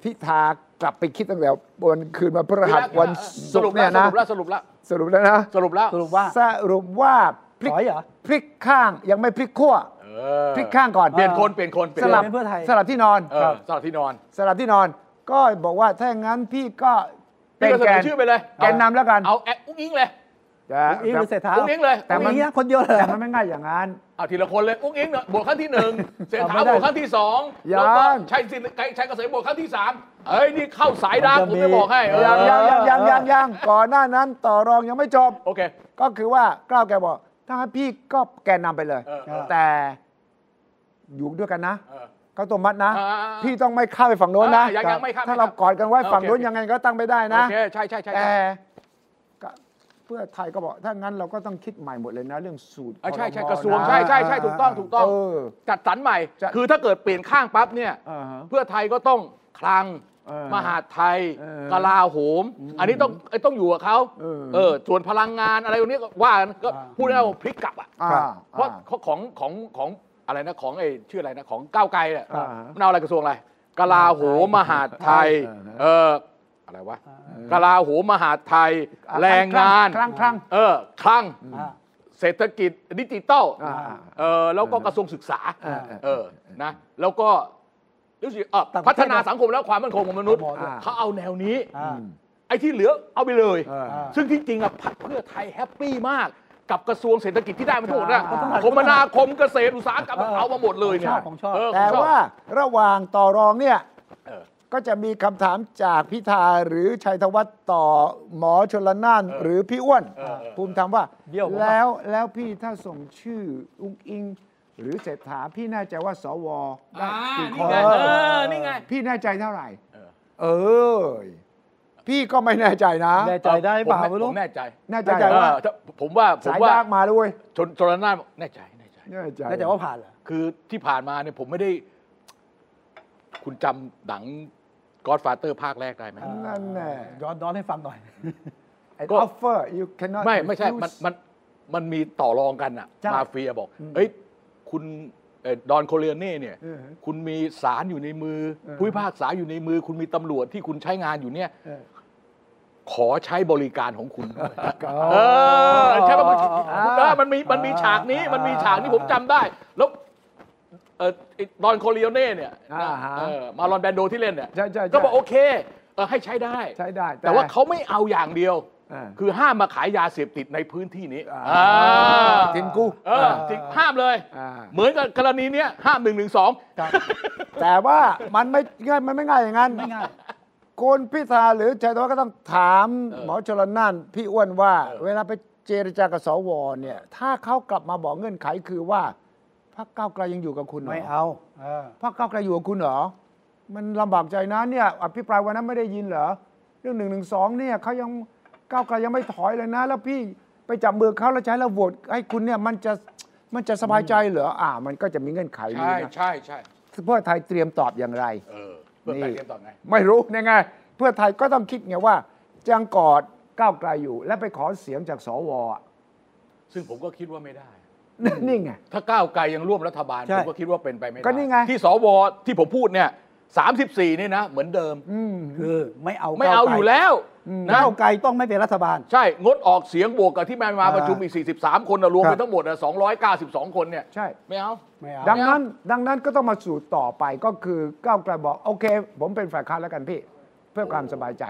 [SPEAKER 3] พิธากลับไปคิดตั้งแต่วันคืนวันพฤหัสวัน
[SPEAKER 2] ส
[SPEAKER 3] ศุ
[SPEAKER 2] รุ
[SPEAKER 3] ก
[SPEAKER 2] ป
[SPEAKER 3] ร์
[SPEAKER 2] แล้
[SPEAKER 3] เนี่
[SPEAKER 2] วย
[SPEAKER 3] นะ
[SPEAKER 2] สรุปแล้ว
[SPEAKER 3] สรุปแล้วนะ
[SPEAKER 2] สรุปแล้ว
[SPEAKER 1] ส
[SPEAKER 2] สรุ
[SPEAKER 1] รุ
[SPEAKER 2] ป
[SPEAKER 1] ป
[SPEAKER 2] แล้ว
[SPEAKER 1] ว่า
[SPEAKER 3] สรุปว่าพลิก
[SPEAKER 1] ถอยเหรอ
[SPEAKER 3] พลิกข้างยังไม่พลิกขั้ว
[SPEAKER 2] เออ
[SPEAKER 3] พลิกข้างก่อน
[SPEAKER 2] เปลี่ยนคนเปลี่ยนคนเปลี่ย
[SPEAKER 3] ส
[SPEAKER 2] น
[SPEAKER 3] ลับ
[SPEAKER 1] เป็นเพื่อไทย
[SPEAKER 3] สลับที่นอน
[SPEAKER 2] เออสลับที่นอน
[SPEAKER 3] สลับที่นอน ก็บอกว่าถ้าอย่างนั้นพี่ก็
[SPEAKER 2] พี่ก็เสนอชื่อไปเลย
[SPEAKER 3] แกนนำแล้วกัน
[SPEAKER 2] เอาแอะอุ้งอิงเลย
[SPEAKER 3] แต่
[SPEAKER 1] อุ้งอิงหรือเศรษฐา
[SPEAKER 2] อุ้งอิงเลย
[SPEAKER 1] แต่มันเนี้ยคนเดียวเลยเหร
[SPEAKER 3] แต่
[SPEAKER 1] อ
[SPEAKER 3] มันไม่ง่ายอย่างนั้น
[SPEAKER 2] เอาทีละคนเลยอุ้งอิงเนี่ยบวกขั้นที่หนึ่งเสถา
[SPEAKER 1] เอาไม่ได้
[SPEAKER 2] บวกขั้นที่สอง
[SPEAKER 3] ยัง
[SPEAKER 2] แล้วก็ชัยสิทธิ์ชัยเกษมบวกขั้นที่สามเอ้ยนี่เข้าสายดาร์ก
[SPEAKER 1] มันจะ
[SPEAKER 2] ผมจะ
[SPEAKER 1] มี
[SPEAKER 2] บอกให้เออ
[SPEAKER 3] ยัง
[SPEAKER 1] เอ
[SPEAKER 3] ยัง
[SPEAKER 1] อ
[SPEAKER 3] ยังยังยังยังก่อนหน้านั้นต่อรองยังไม่จบ
[SPEAKER 2] โอเค
[SPEAKER 3] ก็คือว่ากล้าวแกบอก ถ้างั้นพี่ก็แกนนำไปเลย
[SPEAKER 2] เออเออ
[SPEAKER 3] แต่ อยู่ด้วยกันนะ
[SPEAKER 2] เออ
[SPEAKER 3] เขาตัวมัดนะ
[SPEAKER 2] อ่าๆๆ
[SPEAKER 3] พี่ต้องไม่เข้าไปฝั่งโน้นนะ
[SPEAKER 2] อ่ายังยังไม่เข้า
[SPEAKER 3] ถ้าเรา
[SPEAKER 2] ไม่เข้าก
[SPEAKER 3] อดกันไว้
[SPEAKER 2] โอเค
[SPEAKER 3] ฝั่งโน้น
[SPEAKER 2] โอเค
[SPEAKER 3] ยังไงก็ตั้งไม่ได้นะ
[SPEAKER 2] โอเคใช่ใช่ใช่
[SPEAKER 3] แต่
[SPEAKER 2] ใช่
[SPEAKER 3] ก็เพื่อไทยก็บอกถ้างั้นเราก็ต้องคิดใหม่หมดเลยนะ เรื่องสูตร
[SPEAKER 2] เออใช่ใช่
[SPEAKER 3] คม
[SPEAKER 2] กระทรวง
[SPEAKER 3] น
[SPEAKER 2] ใช่ใช่ใช่ถูกต้องถูกต้อง
[SPEAKER 3] เออ
[SPEAKER 2] จัดสรรใหม่
[SPEAKER 3] จะ
[SPEAKER 2] คือถ้าเกิดเปลี่ยนข้างปั๊บเนี่ย
[SPEAKER 3] อ่าฮะ
[SPEAKER 2] เพื่อไทยก็ต้องคลัง
[SPEAKER 3] เออ
[SPEAKER 2] มหาดไทย
[SPEAKER 3] เออก
[SPEAKER 2] ลาโหม อันนี้ต้องไอ้ต้องอยู่กับเขา
[SPEAKER 3] เออ
[SPEAKER 2] เออส่วนพลังงานอะไรพวกนี้ก็ว่ากันก็พูดง่ายๆว่าพลิกกลับอ่ะ
[SPEAKER 3] อ่า
[SPEAKER 2] เพราะ
[SPEAKER 3] อ่า
[SPEAKER 2] ของของของอะไรนะของไอ้ชื่ออะไรนะของก้าวไกลเนี่ย
[SPEAKER 3] อ่า
[SPEAKER 2] มันเอาอะไรกระทรวงอะไรกลาโหมมหาดไทย
[SPEAKER 3] อ่าฮะ
[SPEAKER 2] เอออะไรวะกลาโหมมหาดไทย แรงงาน
[SPEAKER 3] ครั้งครั้ง
[SPEAKER 2] เออคลัง
[SPEAKER 1] อ่า
[SPEAKER 2] เศรษฐกิจดิจิตอล
[SPEAKER 3] อ่า
[SPEAKER 2] เออแล้วก็กระทรวงศึกษา
[SPEAKER 3] อ่า
[SPEAKER 2] เออนะแล้วก็รู้สึกเอ่อ
[SPEAKER 1] ต่างประเทศ
[SPEAKER 2] พัฒนาสังคมและความมั่นคงของมนุษย์
[SPEAKER 1] อ่า
[SPEAKER 2] เขาเอาแนวนี้
[SPEAKER 1] อ่า
[SPEAKER 2] ไอ้ที่เหลือเอาไปเลย
[SPEAKER 3] เออ
[SPEAKER 2] ซึ่งที่จริงอะพรรคเพื่อไทยแฮปปี้มาก กับกระทรวงเศรษฐกิจที่ได้มาทั้งหมดนะ
[SPEAKER 1] อ่า
[SPEAKER 2] คมนาคมเกษตรอุตสาหกรรม
[SPEAKER 1] เออ
[SPEAKER 2] เอามาหมดเลยเนี่ย
[SPEAKER 1] ของชอบของชอบ
[SPEAKER 3] แต่
[SPEAKER 2] เของชอบ
[SPEAKER 3] ว่าระหว่างต่อรองเนี่ย
[SPEAKER 2] เออ
[SPEAKER 3] ก็จะมีคำถามจากพิธาหรือชัยธวัฒน์ต่อหมอชนละนานหรือพี่อ้วน
[SPEAKER 2] เออเออ
[SPEAKER 3] ภูมิธรรมว่า
[SPEAKER 1] เบี้ยวผมปะ
[SPEAKER 3] แล้วแล้วพี่ถ้าส่งชื่ออุ้งอิง หรือเศรษฐาพี่แน่ใจว่าสวได้
[SPEAKER 2] อ่า
[SPEAKER 3] กี่ค
[SPEAKER 2] นี่ไง
[SPEAKER 3] น
[SPEAKER 2] เออนี่ไง
[SPEAKER 3] พี่แน่ใจเท่าไหร่
[SPEAKER 2] เออ
[SPEAKER 3] เออ พี่ก็ไม่แน่ใจนะ
[SPEAKER 1] แน่ใจได้เปล่า
[SPEAKER 2] ผม
[SPEAKER 1] ไม่รู้
[SPEAKER 2] ผมแน่ใจ
[SPEAKER 3] แน่ใจ
[SPEAKER 1] แน่ใจ
[SPEAKER 2] เอ
[SPEAKER 3] ว่า
[SPEAKER 2] อถ้าผมว่าผม
[SPEAKER 3] สาย
[SPEAKER 2] ว่า
[SPEAKER 3] ดาร์กมาด้วย
[SPEAKER 2] ชนชนน่านแน่ใจแน่ใจ
[SPEAKER 3] แน่ใจ
[SPEAKER 1] แล้วแต่ว่าผ่านเหรอ
[SPEAKER 2] คือที่ผ่านมาเนี่ยผมไม่ได้ คุณจำหนัง Godfather ภาคแรกได้ไหม
[SPEAKER 1] อ่า
[SPEAKER 3] นั่นแน่
[SPEAKER 1] ย้อนย้อนให้ฟังหน่อย
[SPEAKER 2] ก็
[SPEAKER 3] ก็ offer you cannot
[SPEAKER 2] ไม่ไม่ใช่
[SPEAKER 3] refuse
[SPEAKER 2] มันมันมันมีต่อรองกันอะ
[SPEAKER 1] ใช่
[SPEAKER 2] มาเฟียบอก เอ้ย คุณเอ่อดอนโคเรียเน่เนี่ย
[SPEAKER 3] เออฮะ
[SPEAKER 2] คุณมีสารอยู่ในมือ
[SPEAKER 3] เออฮะ
[SPEAKER 2] ผู้พิพากษาอยู่ในมือ คุณมีตำรวจที่คุณใช้งานอยู่เนี่ย
[SPEAKER 3] เออ
[SPEAKER 2] ขอใช้บริการของคุณ
[SPEAKER 3] ก็
[SPEAKER 2] เออใช่ไหมมัน
[SPEAKER 3] อ่า
[SPEAKER 2] เออมันมีมันมีฉากนี้
[SPEAKER 1] อ่ามั
[SPEAKER 2] มันมีฉากนี้ผมจำได้ แล้วเออไอ้ดอนโคเรียเน่เนี่ยนะ
[SPEAKER 3] อ่าฮะ
[SPEAKER 2] เออมาลอนแบนโดที่เล่นเนี่ย
[SPEAKER 3] ใช่ใช่ใช่
[SPEAKER 2] ก็บอกโอเคเออให้ใช้ได้
[SPEAKER 3] ใช้ได้
[SPEAKER 2] แต่ว่าเขาไม่เอาอย่างเดียว
[SPEAKER 3] อ่า
[SPEAKER 2] คือห้ามมาขายยาเสพติดในพื้นที่นี้
[SPEAKER 3] อ่า
[SPEAKER 2] อ่า
[SPEAKER 3] ถึงกู
[SPEAKER 2] เออจริงห้ามเลย
[SPEAKER 3] อ่า
[SPEAKER 2] เหมือนกับกรณีเนี้ยห้ามหนึ่งหนึ่งสอง
[SPEAKER 3] แต่ว่ามันไม่ง่ายมันไม่ง่ายอย่างนั้น
[SPEAKER 1] ไม่ง่าย
[SPEAKER 3] คุณพิธาหรือชัยธวัฒน์ก็ต้องถาม
[SPEAKER 2] เออ
[SPEAKER 3] หมอชลน่านพี่อ้วนว่า
[SPEAKER 2] เออ
[SPEAKER 3] เวลาไปเจรจากับสวเนี่ย ถ้าเขากลับมาบอกเงื่อนไขคือว่าพรรคก้าวไกลยังอยู่กับคุณหร
[SPEAKER 1] ไม่เอาเออ
[SPEAKER 3] พรรคก้าวไกลอยู่กับคุณเหรอ มันลำบากใจนะเนี่ยอภิปรายวันนั้นไม่ได้ยินเหรอ เรื่องหนึ่งหนึ่งสองเนี่ยเขายังก้าวไกลยังไม่ถอยเลยนะ แล้วพี่ไปจับมือเขาแล้วจะใช้เราโหวตให้คุณเนี่ยมันจะมันจะสบายใจเหรอ อ่า มันก็จะมีเงื่อนไขนี้
[SPEAKER 2] ใช่
[SPEAKER 3] นะ
[SPEAKER 2] ใช่ใช่
[SPEAKER 3] เพื่อไทยเตรียมตอบอย่างไร
[SPEAKER 2] เออเพื่อไทยเตรียมต่อไง
[SPEAKER 3] ไม่รู้ยังไงเพื่อไทยก็ต้องคิดไงว่าจังกอดก้าวไกลอยู่ และไปขอเสียงจากสวอ่ะ
[SPEAKER 2] ซึ่งผมก็คิดว่าไม่ได้
[SPEAKER 3] นี่ไง
[SPEAKER 2] ถ้าก้าวไกลยังร่วมรัฐบาล
[SPEAKER 1] ใช่
[SPEAKER 2] ผมก็คิดว่าเป็นไปไม่ได้
[SPEAKER 3] ก็นี่ไง
[SPEAKER 2] ที่สวที่ผมพูดเนี่ย 34นี่นะเหมือนเดิม
[SPEAKER 3] อืม
[SPEAKER 1] คือไม่เอา
[SPEAKER 2] ไม่เอาอยู่แล้ว
[SPEAKER 1] ก้า
[SPEAKER 2] นะ
[SPEAKER 1] วไกลต้องไม่เป็นรัฐบาล
[SPEAKER 2] ใช่ งดออกเสียงบวกกับที่แมนมา
[SPEAKER 1] อ่า
[SPEAKER 2] ประชุมอีก 43 คนนะรวม
[SPEAKER 1] ครั
[SPEAKER 2] ไป
[SPEAKER 1] บ
[SPEAKER 2] ทั้งหมดนะ292 คนเนี่ย
[SPEAKER 3] ใช่
[SPEAKER 2] ไม่เอา
[SPEAKER 1] ไม่เอา
[SPEAKER 3] ดังนั้นดังนั้นก็ต้องมาสู่ต่อไปก็คือก้าวไกลบอก โอเค ผมเป็นฝ่ายค้านแล้วกันพี่ เพื่อความสบายใจ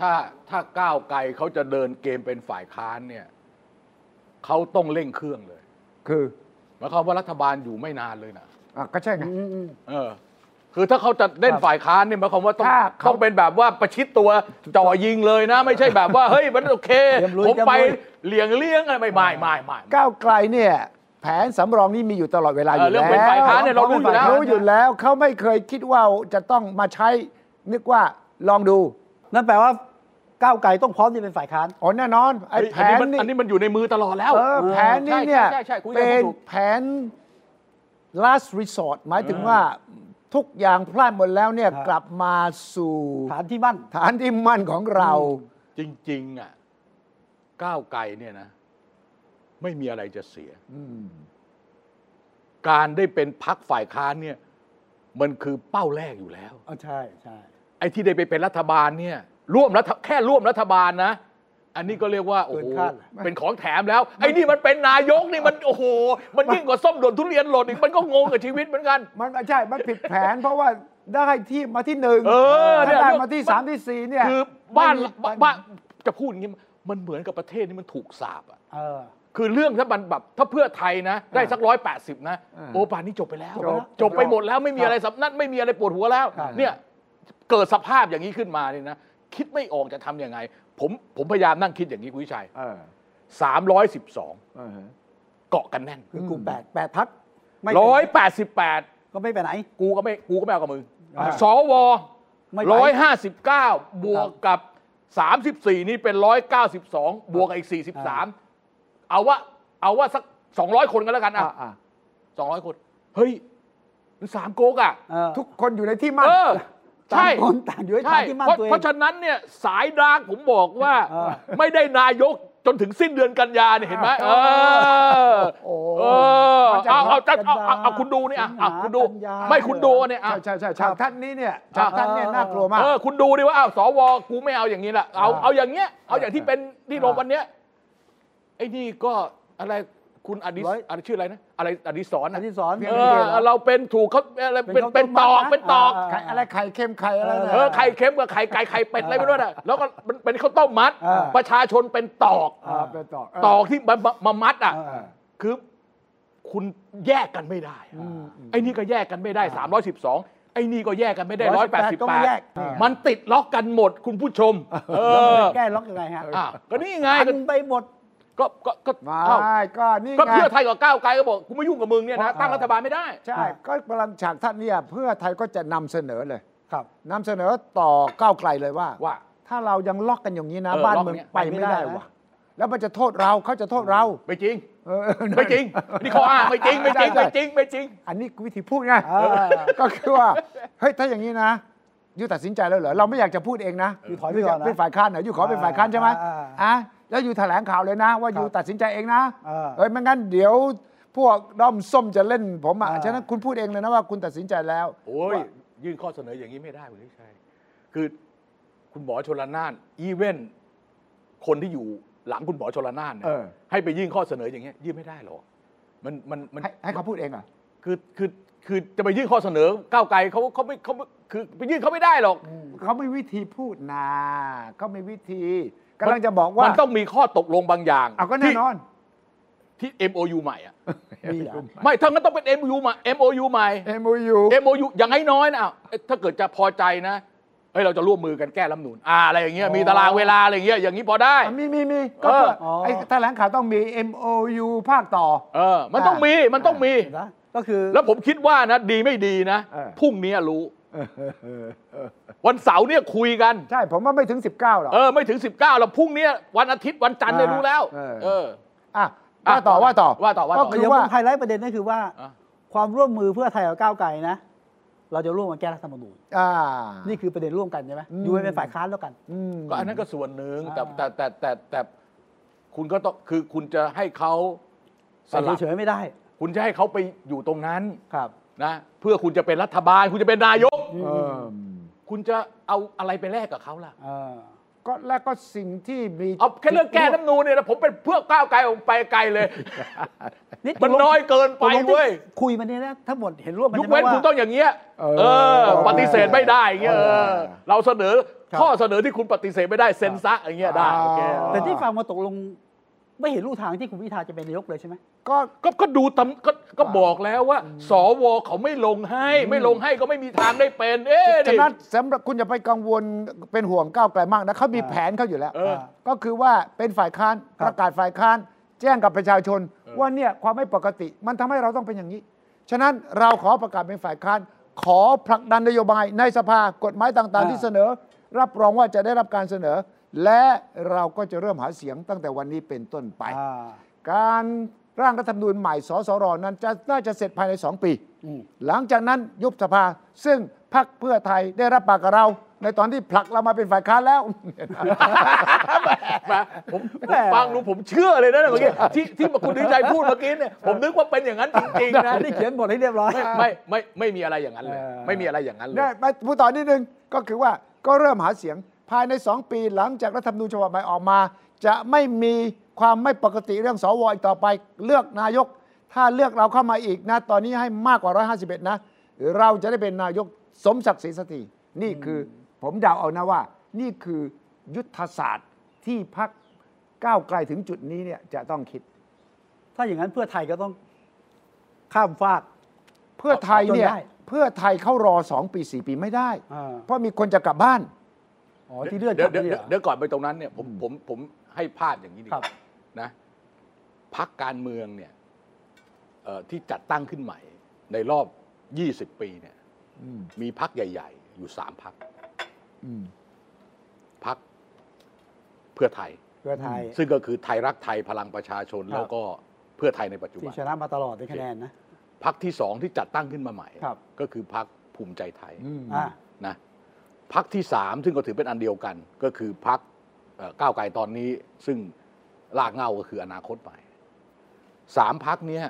[SPEAKER 2] ถ้าถ้าก้าวไกลเขาจะเดินเกมเป็นฝ่ายค้านเนี่ยเขาต้องเร่งเครื่องเลย
[SPEAKER 3] คือ
[SPEAKER 2] หมายความว่ารัฐบาลอยู่ไม่นานเลยนะ
[SPEAKER 3] อ่ะก็ใช่ไง
[SPEAKER 1] อืมอืม
[SPEAKER 2] เออ คือถ้าเขาจะเล่น
[SPEAKER 1] ครับ
[SPEAKER 2] ฝ่ายค้านเนี่ยหมายความว่าต้อง
[SPEAKER 3] ถ้าเขา
[SPEAKER 2] ต้องเป็นแบบว่าประชิดตัวจ่อยิงเลยนะ ไม่ใช่แบบว่า เฮ้ยมันโอเค
[SPEAKER 1] เตรียมลุย
[SPEAKER 2] ผม
[SPEAKER 1] เตรียม
[SPEAKER 2] ไป
[SPEAKER 1] ลุย
[SPEAKER 2] เหลี่ยงเลี่ยงอะไรไม่ไม่ไม่ไม่ไม่
[SPEAKER 3] ก้าวไกลเนี่ย แผนสำรองนี่มีอยู่ตลอดเวลาอ
[SPEAKER 2] เออยู่ เรื่
[SPEAKER 3] แล้
[SPEAKER 2] อง
[SPEAKER 3] ว
[SPEAKER 2] เป็นฝ่ายค้านเนี่ยเรารู้อยู่แล้ว
[SPEAKER 3] รู้อยู่แล้วเขาไม่เคยคิดว่าจะต้องมาใช้นึกว่าลองดู
[SPEAKER 1] นั่นแปลว่าก้าวไกลต้องพร้อมที่เป็นฝ่ายค้าน
[SPEAKER 3] อ๋อแน่นอนไอ้
[SPEAKER 2] เฮ้ย
[SPEAKER 3] แผ
[SPEAKER 2] อันนี้มัน
[SPEAKER 3] นนี่
[SPEAKER 2] อันนี้มันอยู่ในมือตลอดแล้ว
[SPEAKER 3] เออแผนนี่เนี่ย
[SPEAKER 2] ใช่ใช่ใช่คุยกัน
[SPEAKER 3] เป็น
[SPEAKER 2] ถูก
[SPEAKER 3] แผน last resort หมายถึงว่าทุกอย่างพลาดหมดแล้วเนี่ย
[SPEAKER 1] ครับ
[SPEAKER 3] กลับมาสู่
[SPEAKER 1] ฐานที่มั่น
[SPEAKER 3] ฐานที่มั่นของเรา
[SPEAKER 2] จริง ๆ อ่ะ ก้าวไกลเนี่ยนะ ไม่มีอะไรจะเสีย การได้เป็นพักฝ่ายค้านเนี่ย มันคือเป้าแรกอยู่แล้ว
[SPEAKER 1] อ๋อใช่ใช่
[SPEAKER 2] ไอ้ที่ได้ไปเป็นรัฐบาลเนี่ย ร่วมรัฐแค่ร่วมรัฐบาลนะ อันนี้ก็เรียกว่าโอ้โห
[SPEAKER 1] เกินคาด
[SPEAKER 2] เป็นของแถมแล้ว ไอ้นี่มันเป็นนายกนี่มันโอ้โห มันยิ่งกว่าส้มโดนทุเรียนหล่นอีกมันก็งงกับชีวิตเหมือนกัน
[SPEAKER 3] มันไม่ใช่ มันผิดแผน เพราะว่าได้ที่มาที่หนึ่ง
[SPEAKER 2] เออเนี่ย
[SPEAKER 3] ได้มาที่สามที่สี่เนี่ย
[SPEAKER 2] คือบ้าน
[SPEAKER 3] ไม่มี
[SPEAKER 2] บ้านบ้านจะพูดอย่างนี้มันเหมือนกับประเทศนี้มันถูกสาปอะ
[SPEAKER 1] เออ
[SPEAKER 2] คือเรื่องถ้ามันแบบถ้าเพื่อไทยนะ ได้สักร้อยแปดสิบนะ
[SPEAKER 3] า
[SPEAKER 2] โอ้ป่านนี้จบไปแล้ว
[SPEAKER 3] จบ
[SPEAKER 2] จบไป
[SPEAKER 3] จบ
[SPEAKER 2] หมดแล้วไม่มี
[SPEAKER 3] ครับ
[SPEAKER 2] อะไรสำนักไม่มีอะไรปวดหัวแล้ว
[SPEAKER 3] ครับ
[SPEAKER 2] เนี่ย เกิดสภาพอย่างนี้ขึ้นมาเนี่ยนะคิดไม่ออกจะทำยังไง ผมผมพยายามนั่งคิดอย่างนี้คุณวิชัย
[SPEAKER 3] เออ
[SPEAKER 2] สามร้อยสิบสอง
[SPEAKER 3] เออ
[SPEAKER 2] เกาะกันแน่น
[SPEAKER 1] คือกลุ่มแปดแปดพักไม่
[SPEAKER 2] ร้อยแปดสิบแปด
[SPEAKER 1] ก็ไม่ไปไหน
[SPEAKER 2] กูก็ไม่กูก็ไม่เอากับมึง
[SPEAKER 1] อ่า
[SPEAKER 2] สว
[SPEAKER 1] ไม่ไป
[SPEAKER 2] ร้อยห้าสิบเก้าบว
[SPEAKER 1] ครั
[SPEAKER 2] ก
[SPEAKER 1] บ
[SPEAKER 2] กับสามสิบสี่นี่เป็นร้อยเก้าสิบสองบวกกับอีกสี่สิบสา
[SPEAKER 1] อ่า
[SPEAKER 2] มเอาว่าเอาว่าสักสองร้อยคนกันแล้วกันอ่ะ
[SPEAKER 3] อ่ะ
[SPEAKER 2] สองร้อยคน เฮ้ยมันสามโก๊กอ่ะ
[SPEAKER 1] เออ
[SPEAKER 3] ทุกคนอยู่ในที่มั่น
[SPEAKER 2] เออ ใช่
[SPEAKER 1] ต่างคนต่างอยู่ในฐา
[SPEAKER 2] ใช่
[SPEAKER 1] นที่มั่น
[SPEAKER 2] เพราะ
[SPEAKER 1] ตัวเอง
[SPEAKER 2] เพราะฉะนั้นเนี่ยสายดาร์กผมบอกว่า
[SPEAKER 1] เออ
[SPEAKER 2] ไม่ได้นายกจนถึงสิ้นเดือนกันยาเนี่ยเห็นไหมเอ
[SPEAKER 3] เอ
[SPEAKER 2] อ
[SPEAKER 3] โอ้โห
[SPEAKER 2] เออ
[SPEAKER 3] มันจะ
[SPEAKER 2] เอาเอา
[SPEAKER 3] รั
[SPEAKER 2] จั
[SPEAKER 3] บ
[SPEAKER 2] ด
[SPEAKER 3] กัน
[SPEAKER 2] เอาเอา
[SPEAKER 3] ได้
[SPEAKER 2] เอาคุณดูเนี่ยอ่ะเอาคุณดู
[SPEAKER 1] กันยา
[SPEAKER 2] ไม่คุณดูเนี่ยอ่ะ
[SPEAKER 3] ใช่ใช่ใช่ฉากท่านนี้เนี่ยฉากท่านเนี่ยน่ากลัวมาก
[SPEAKER 2] เออคุณดูดิว่าอ้าวสวกูไม่เอาอย่างนี้ละเอาเอาอย่างเงี้ยเอาอย่างที่เป็นที่ลงวันเนี้ยไอ้นี่ก็อะไรคุณอดิศ
[SPEAKER 1] ร้อย
[SPEAKER 2] อะไรชื่ออะไรนะอะไรอดิศร
[SPEAKER 1] อั
[SPEAKER 2] นะ
[SPEAKER 1] นที่สอน
[SPEAKER 2] เออเราเป็นถูกเขาอะไรเป็น
[SPEAKER 1] เป็
[SPEAKER 2] เป็น น
[SPEAKER 1] ข้าวต้
[SPEAKER 2] ตอ
[SPEAKER 1] มมัดนะ
[SPEAKER 2] กเป็นตอก
[SPEAKER 1] อ่า
[SPEAKER 3] ไข่อะไรไข่เค็มไข่อะไรนะ
[SPEAKER 2] เออไข่เค็มกับไข่ไก่ไข่เป็ดอะไรไม่รู้น่ะแล้วก็มันเป็นข้าวต้มมัด
[SPEAKER 1] อ่า
[SPEAKER 2] ประชาชนเป็นตอก
[SPEAKER 3] เออเป็นตอก
[SPEAKER 2] ตอกที่มามามามัดอ่ะ
[SPEAKER 1] เออ
[SPEAKER 2] คือคุณแยกกันไม่ได้อะไอ้นี่ก็แยกกันไม่ได้ 312 ไอ้นี่ก็แยกกันไม่ได้
[SPEAKER 1] 188ก็ไม่แยก
[SPEAKER 2] 188 มันติดล็อกกันหมดคุณผู้ชม เออ
[SPEAKER 1] แก้ล็อกยังไงฮะ
[SPEAKER 2] อ่ะก็นี่ไง
[SPEAKER 1] พั
[SPEAKER 2] ก็
[SPEAKER 1] นไปหมด
[SPEAKER 2] ก็ก็ก็
[SPEAKER 3] ไมา
[SPEAKER 2] เอ้า
[SPEAKER 3] ก็นี่
[SPEAKER 2] ก็
[SPEAKER 3] ไง
[SPEAKER 2] เพื่อไทยกับก้าวไกลก็บอกกูไม่ยุ่งกับมึงเนี่ยนะตั้งรัฐบาลไม่ได้
[SPEAKER 3] ใช่ก็กำลังฉากท่านเนี่ยเพื่อไทยก็จะนำเสนอเลย
[SPEAKER 1] ครับ
[SPEAKER 3] นำเสนอต่อก้าวไกลเลยว่า
[SPEAKER 2] ว่า
[SPEAKER 3] ถ้าเรายังล็อกกันอย่างนี้นะ
[SPEAKER 2] เออ
[SPEAKER 3] บ้าน
[SPEAKER 2] ล็อก
[SPEAKER 3] เมือง
[SPEAKER 2] เนี่ย
[SPEAKER 3] ไปไม่
[SPEAKER 1] ไปไม่ได้
[SPEAKER 3] ได้
[SPEAKER 1] นะ
[SPEAKER 3] วะแล้วมันจะโทษเราเขาจะโทษเรา
[SPEAKER 2] ไม่จริง
[SPEAKER 3] เออ
[SPEAKER 2] ไม่จริงนี่เขาอ้างไม่จริง ไม่จริง ไม่จริง ไม่จริง
[SPEAKER 3] อันนี้วิธีพูดไง
[SPEAKER 1] เออ
[SPEAKER 3] ก็คือว่าเฮ้ยถ้าอย่างนี้นะยูตัดสินใจแล้วเหรอเราไม่อยากจะพูดเองนะ
[SPEAKER 1] ยูถอยไปก่อนนะ
[SPEAKER 3] เป็นฝ่ายค้านเหรอยูขอเป็นฝ่ายค้านใช่ไหม
[SPEAKER 1] อ่า
[SPEAKER 3] อ่ะแล้วยูแถลงข่าวเลยนะ ว่ายูตัดสินใจเองนะ
[SPEAKER 1] เออ
[SPEAKER 3] เอ้ยไม่งั้นเดี๋ยวพวกด้อมส้มจะเล่นผมอ่ะ
[SPEAKER 1] เออ
[SPEAKER 3] ฉะนั้นคุณพูดเองเลยนะว่าคุณตัดสินใจแล้ว
[SPEAKER 2] โอ้ย ยื่นข้อเสนออย่างนี้ไม่ได้คุณวิชัยคือคุณหมอชลนานอีเวนคนที่อยู่หลังคุณหมอชลนานเนี่ย
[SPEAKER 3] เออ
[SPEAKER 2] ให้ไปยื่นข้อเสนออย่างเงี้ยยื่นไม่ได้หรอกมันมันมัน
[SPEAKER 3] ให้ให้เขาพูดเองเหรอ่ะ
[SPEAKER 2] คือคือคือจะไปยื่นข้อเสนอก้าวไกลเขาเขาไม่เขาคือไปยื่นเขาไม่ได้หรอก
[SPEAKER 3] เขาไม่วิธีพูดนะเขาไม่วิธีกำลังจะบอกว่าม
[SPEAKER 2] มันต้องมีข้อตกลงบางอย่าง
[SPEAKER 3] เอาก็แน่นอน
[SPEAKER 2] ที่ที่ MOU ใหม่อะ
[SPEAKER 1] มีเหรอ
[SPEAKER 2] ไม่ถ้างั้นต้องเป็น MOU ใหม่ MOU ใหม่
[SPEAKER 3] MOU
[SPEAKER 2] เอ็มโอยูอย่างน้อยๆนะอ้าวเอ้ยถ้าเกิดจะพอใจนะเฮ้ยเราจะร่วมมือกันแก้รัฐธรรมนูนอ่าอะไรอย่างเงี้ยมีตารางเวลาอะไรอย่างเงี้ยอย่างนี้พอได้
[SPEAKER 3] อ่ะมีมีมีก็เพื่อ
[SPEAKER 1] เออ
[SPEAKER 3] ไอ้แถลงข่าวต้องมี MOU ภาคต่อ
[SPEAKER 2] เออ มันต้องมีมันต้องมี
[SPEAKER 1] เห็นไหมก็คือ
[SPEAKER 2] แล้วผมคิดว่านะ ดีไม่ดีนะ
[SPEAKER 3] เออ
[SPEAKER 2] พรุ่งนี้รู้ วันเสาร์เนี่ยคุยกัน
[SPEAKER 3] ใช่ผมว่าไม่ถึง 19หรอก
[SPEAKER 2] เออ ไม่ถึง 19แล้วพรุ่งนี้วันอาทิตย์วันจันทร์เนี่ย
[SPEAKER 3] อ่า
[SPEAKER 2] รู้แล้ว
[SPEAKER 3] เออ
[SPEAKER 2] เออ
[SPEAKER 3] อ่ะว่าต่อว่าต่อ
[SPEAKER 2] ว่าต่อว่าต่อ
[SPEAKER 3] ก็
[SPEAKER 1] แต่
[SPEAKER 3] คือ
[SPEAKER 1] เดี๋ยว
[SPEAKER 3] ว่า
[SPEAKER 1] ผมไฮไลท์ประเด็นนั่นคือว่า
[SPEAKER 2] อ่ะ
[SPEAKER 1] ความร่วมมือเพื่อไทยกับก้าวไกลนะ เราจะร่วมกันแก้รัฐธรรมนูญ
[SPEAKER 3] อ่า
[SPEAKER 1] นี่คือประเด็นร่วมกันใช่ไหม
[SPEAKER 3] อืม
[SPEAKER 1] อยู่เป็นฝ่ายค้านแล้วกัน
[SPEAKER 3] ม
[SPEAKER 2] ก็อันนั้นก็ส่วนหนึ่งแต่
[SPEAKER 1] อ่า
[SPEAKER 2] แต่แต่แต่แต่แต่คุณก็ต้องคือคุณจะให้เขาส
[SPEAKER 1] แต่
[SPEAKER 2] ลับ
[SPEAKER 1] เฉยๆไม่ได้
[SPEAKER 2] คุณจะให้เขาไปอยู่ตรงนั้น
[SPEAKER 1] ครับ
[SPEAKER 2] นะเพื่อคุณจะเป็นรัฐบาล คุณจะเป็นนายก
[SPEAKER 3] เออ
[SPEAKER 2] คุณจะเอาอะไรไปแลกกับเขาล่ะ
[SPEAKER 1] เออ
[SPEAKER 3] ก็และก็สิ่งที่มี
[SPEAKER 2] เอาแค่เรื่องแก้น้ำนูนเนี่ยนะผมเป็นเพื่อก้าวไกลออกไปไกล เลย มันน้อยเกินไป
[SPEAKER 1] ตกลงที่
[SPEAKER 2] เว้ย
[SPEAKER 1] คุยมันเนี่ยนะทั้งหมดเห็นร่วมกั
[SPEAKER 2] ยุ
[SPEAKER 1] ใช่
[SPEAKER 2] ค
[SPEAKER 1] ไหม
[SPEAKER 2] เว้น
[SPEAKER 1] ว่า
[SPEAKER 2] คุณต้องอย่างเงี้ย
[SPEAKER 3] เอ
[SPEAKER 2] เออ
[SPEAKER 3] อ
[SPEAKER 2] ปฏิเสธไม่ได้อย่างเงี้ยเอ
[SPEAKER 3] เอ
[SPEAKER 2] อ
[SPEAKER 3] อ
[SPEAKER 2] เราเสนอ
[SPEAKER 3] ครับ
[SPEAKER 2] ข้อเสนอที่คุณปฏิเสธไม่ได้เซ็นซะอย่างเงี้ยได้
[SPEAKER 3] อ่า
[SPEAKER 2] โอเค
[SPEAKER 1] แต่ที่ฟังมาตกลง ไม่เห็นรูทางที่คุณพิธาจะเป็นนายกเลยใช่ไหม
[SPEAKER 3] ก็
[SPEAKER 2] ก็ก็ดูตำก็ก็บอกแล้วว่า สวเขาไม่ลงให้ไม่ลงให้ก็ไม่มีทางได้เป็น เอ๊ะ
[SPEAKER 3] ฉะ
[SPEAKER 2] นี่
[SPEAKER 3] นั้นสำหรับคุณอย่าไปกังวลเป็นห่วงก้าวไกลมากนะเขามีแผนเขาอยู่แล้ว
[SPEAKER 2] เออ
[SPEAKER 3] ก็คือว่าเป็นฝ่ายค้าน
[SPEAKER 1] ครับ
[SPEAKER 3] ประกาศฝ่ายค้าน แจ้งกับประชาชน ว่าเนี่ยความไม่ปกติมันทำให้เราต้องเป็นอย่างนี้ ฉะนั้นเราขอประกาศเป็นฝ่ายค้าน ขอผลักดันนโยบายในสภากฎหมายต่างๆ ที่เสนอ รับรองว่าจะได้รับการเสนอ และเราก็จะเริ่มหาเสียงตั้งแต่วันนี้เป็นต้นไป
[SPEAKER 1] อ่า
[SPEAKER 3] การร่างรัฐธรรมนูญใหม่ สสร นั้นจะน่าจะเสร็จภายใน 2 ปี
[SPEAKER 1] อืม
[SPEAKER 3] หลังจากนั้นยุบสภา ซึ่งพรรคเพื่อไทยได้รับปากกับเรา ในตอนที่ผลักเรามาเป็นฝ่ายค้านแล้ว
[SPEAKER 2] แหมผมผมฟังดูผมเชื่อเลยนะเนี่ยเมื่อกี้ที่ที่คุณดิชัยพูดเมื่อกี้เนี่ยผมนึกว่าเป็นอย่างนั้นจริง ๆนะ
[SPEAKER 1] ได้เขียนบทให้เรียบร้อย
[SPEAKER 2] ไม่ไม่ไม่มีอะไรอย่างนั้นเลย
[SPEAKER 1] เออ
[SPEAKER 2] ไม่มีอะไรอย่างนั้นเลย
[SPEAKER 3] ได้มาพูดต่อนิดนึง ก็คือว่าก็เริ่มหาเสียงภายใน 2 ปีหลังจากรัฐธรรมนูญฉบับใหม่ออกมา จะไม่มีความไม่ปกติเรื่องสวอีกต่อไปเลือกนายก ถ้าเลือกเราเข้ามาอีกนะ ตอนนี้ให้มากกว่า 151 นะ เราจะได้เป็นนายกสมศักดิ์ศรีสักทีนี่คือผมเดาเอานะว่า นี่คือยุทธศาสตร์ที่พักก้าวไกลถึงจุดนี้เนี่ยจะต้องคิด
[SPEAKER 1] ถ้าอย่างนั้นเพื่อไทยก็ต้องข้ามฟาก
[SPEAKER 3] เพื่อไทยเนี่ย
[SPEAKER 1] จนได้
[SPEAKER 3] เพื่อไทยเข้ารอ 2 ปี 4 ปีไม่ได้
[SPEAKER 1] อ่า
[SPEAKER 3] เพราะมีคนจะกลับบ้าน
[SPEAKER 1] อ๋อที่เลื่อน
[SPEAKER 2] เดี๋ยว
[SPEAKER 1] กลับนี่
[SPEAKER 2] เดี๋ยว
[SPEAKER 1] เหร
[SPEAKER 2] เดี๋ยว
[SPEAKER 1] อ
[SPEAKER 2] เดี๋ยวก่อนไปตรงนั้นเนี่ยผมผมผมให้พลาดอย่างนี้ดีก
[SPEAKER 1] ครับ
[SPEAKER 2] ว่านะพักการเมืองเนี่ยเอ่อที่จัดตั้งขึ้นใหม่ ในรอบ 20 ปีเนี่ยมีพักใหญ่ ๆ อยู่สามพักพักเพื่อไทย
[SPEAKER 1] เพื่อไทย
[SPEAKER 2] ซึ่งก็คือไทยรักไทยพลังประชาชน แล้วก็เพื่อไทยในปัจจุบั
[SPEAKER 1] ที่
[SPEAKER 2] น
[SPEAKER 1] ชนะมาตลอดในคะแนนนะ
[SPEAKER 2] พักที่สองที่จัดตั้งขึ้นมาใหม่
[SPEAKER 1] ครับ
[SPEAKER 2] ก็คือพักภูมิใจไทย
[SPEAKER 1] อ่า
[SPEAKER 2] นะพักที่สามซึ่งก็ถือเป็นอันเดียวกัน ก็คือพักก้าวไกลตอนนี้ ซึ่งลากเหงาก็คืออนาคตใหม่สามพักเนี้ย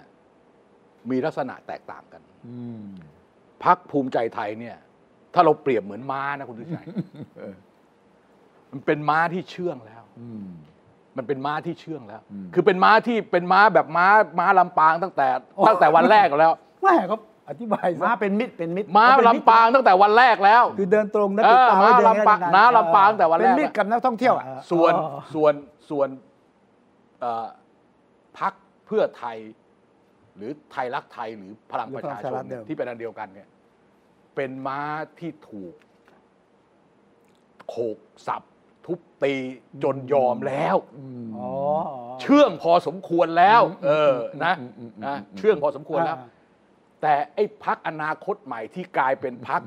[SPEAKER 2] มีลักษณะแตกต่างกันพักภูมิใจไทยเนี่ย ถ้าเราเปรียบเหมือนม้านะคุณดุชัยมันเป็นม้าที่เชื่องแล้ว มันเป็นม้าที่เชื่องแล้ว คือเป็นม้าที่เป็นม้าแบบม้าม้าลำปางตั้งแต่ตั้งแต่วันแรกแล้ว
[SPEAKER 1] แม่ก็อธิบายซะ
[SPEAKER 3] ม้าเป็นมิตรเป็นมิตร
[SPEAKER 2] ม้าลำปางตั้งแต่วันแรกแล้ว
[SPEAKER 1] คือเดินตรงนะ
[SPEAKER 2] เอ
[SPEAKER 1] ติด
[SPEAKER 2] อ
[SPEAKER 1] ตาม
[SPEAKER 2] ม้า
[SPEAKER 1] ไว้เดิน
[SPEAKER 2] ลำปาง
[SPEAKER 1] ให้ได้
[SPEAKER 2] ม้าลำปาง
[SPEAKER 1] เออ
[SPEAKER 2] แต่วัน
[SPEAKER 3] เป็
[SPEAKER 2] แรก
[SPEAKER 3] นมิตร
[SPEAKER 2] อะ
[SPEAKER 3] กับนักท่องเที่ยวอะ
[SPEAKER 1] อ่า
[SPEAKER 2] ส่วน
[SPEAKER 1] อ๋อ
[SPEAKER 2] ส่วนส่วนเอ่อพักเพื่อไทย หรือไทยรักไทยหรือพลังประชาชนเนี่ยที่เป็นอันเดียวกันเนี่ย เป็นม้าที่ถูกโขกสับ ทุบตีจนยอมแล้ว
[SPEAKER 1] อ๋ออ๋อ
[SPEAKER 2] เชื่องพอสมควรแล้ว เออนะ
[SPEAKER 3] อืมอืมอืม
[SPEAKER 2] นะเชื่องพอสมควรแล้ว
[SPEAKER 1] อ่า
[SPEAKER 2] แต่ไอ้พักอนาคตใหม่ที่กลายเป็นพัก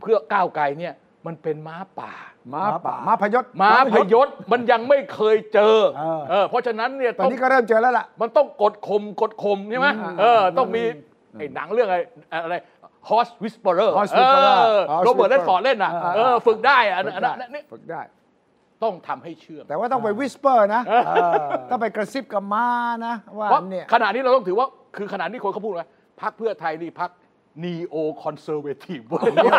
[SPEAKER 2] เพื่อก้าวไกลเนี่ย มันเป็นม้าป่า
[SPEAKER 3] ม้าป่า
[SPEAKER 1] ม้าป่า
[SPEAKER 3] ม้าพยศ
[SPEAKER 2] ม้าพยศมันยังไม่เคยเจอ
[SPEAKER 1] เออ
[SPEAKER 2] เออเพราะฉะนั้นเนี่ย
[SPEAKER 3] ตอน
[SPEAKER 2] ต้อง
[SPEAKER 3] นี้ก็เริ่มเจอแล้วล่ะ
[SPEAKER 2] มันต้องกดข่มกดข่มใช่ไหม
[SPEAKER 3] อืม
[SPEAKER 2] เออ ต้องมีไอ้หนังเรื่องอะไรอะไร Horse Whisperer
[SPEAKER 3] Horse
[SPEAKER 2] เอ
[SPEAKER 3] Whisperer
[SPEAKER 2] อ
[SPEAKER 3] Horse
[SPEAKER 2] โรเบิร์ต
[SPEAKER 3] Whisperer
[SPEAKER 2] เลนฟอร์ดเล่นน่ะ
[SPEAKER 3] อ่า
[SPEAKER 2] เออฝึกได้อะอันนั้นอันนั้นนี่
[SPEAKER 3] ฝึกได้
[SPEAKER 2] ต้องทำให้เชื่อม
[SPEAKER 3] แต่ว่าต้องไปวิสเปอร์นะ
[SPEAKER 1] เออ
[SPEAKER 3] ต้องไปกระซิบกับม้านะ ว่า
[SPEAKER 2] เพราะ
[SPEAKER 3] เนี่ย
[SPEAKER 2] ขณะนี้เราต้องถือว่าคือขณะนี้คนเขาพูดว่าพักเพื่อไทยนี่พัก neo conservative เว้ย
[SPEAKER 3] นีโอ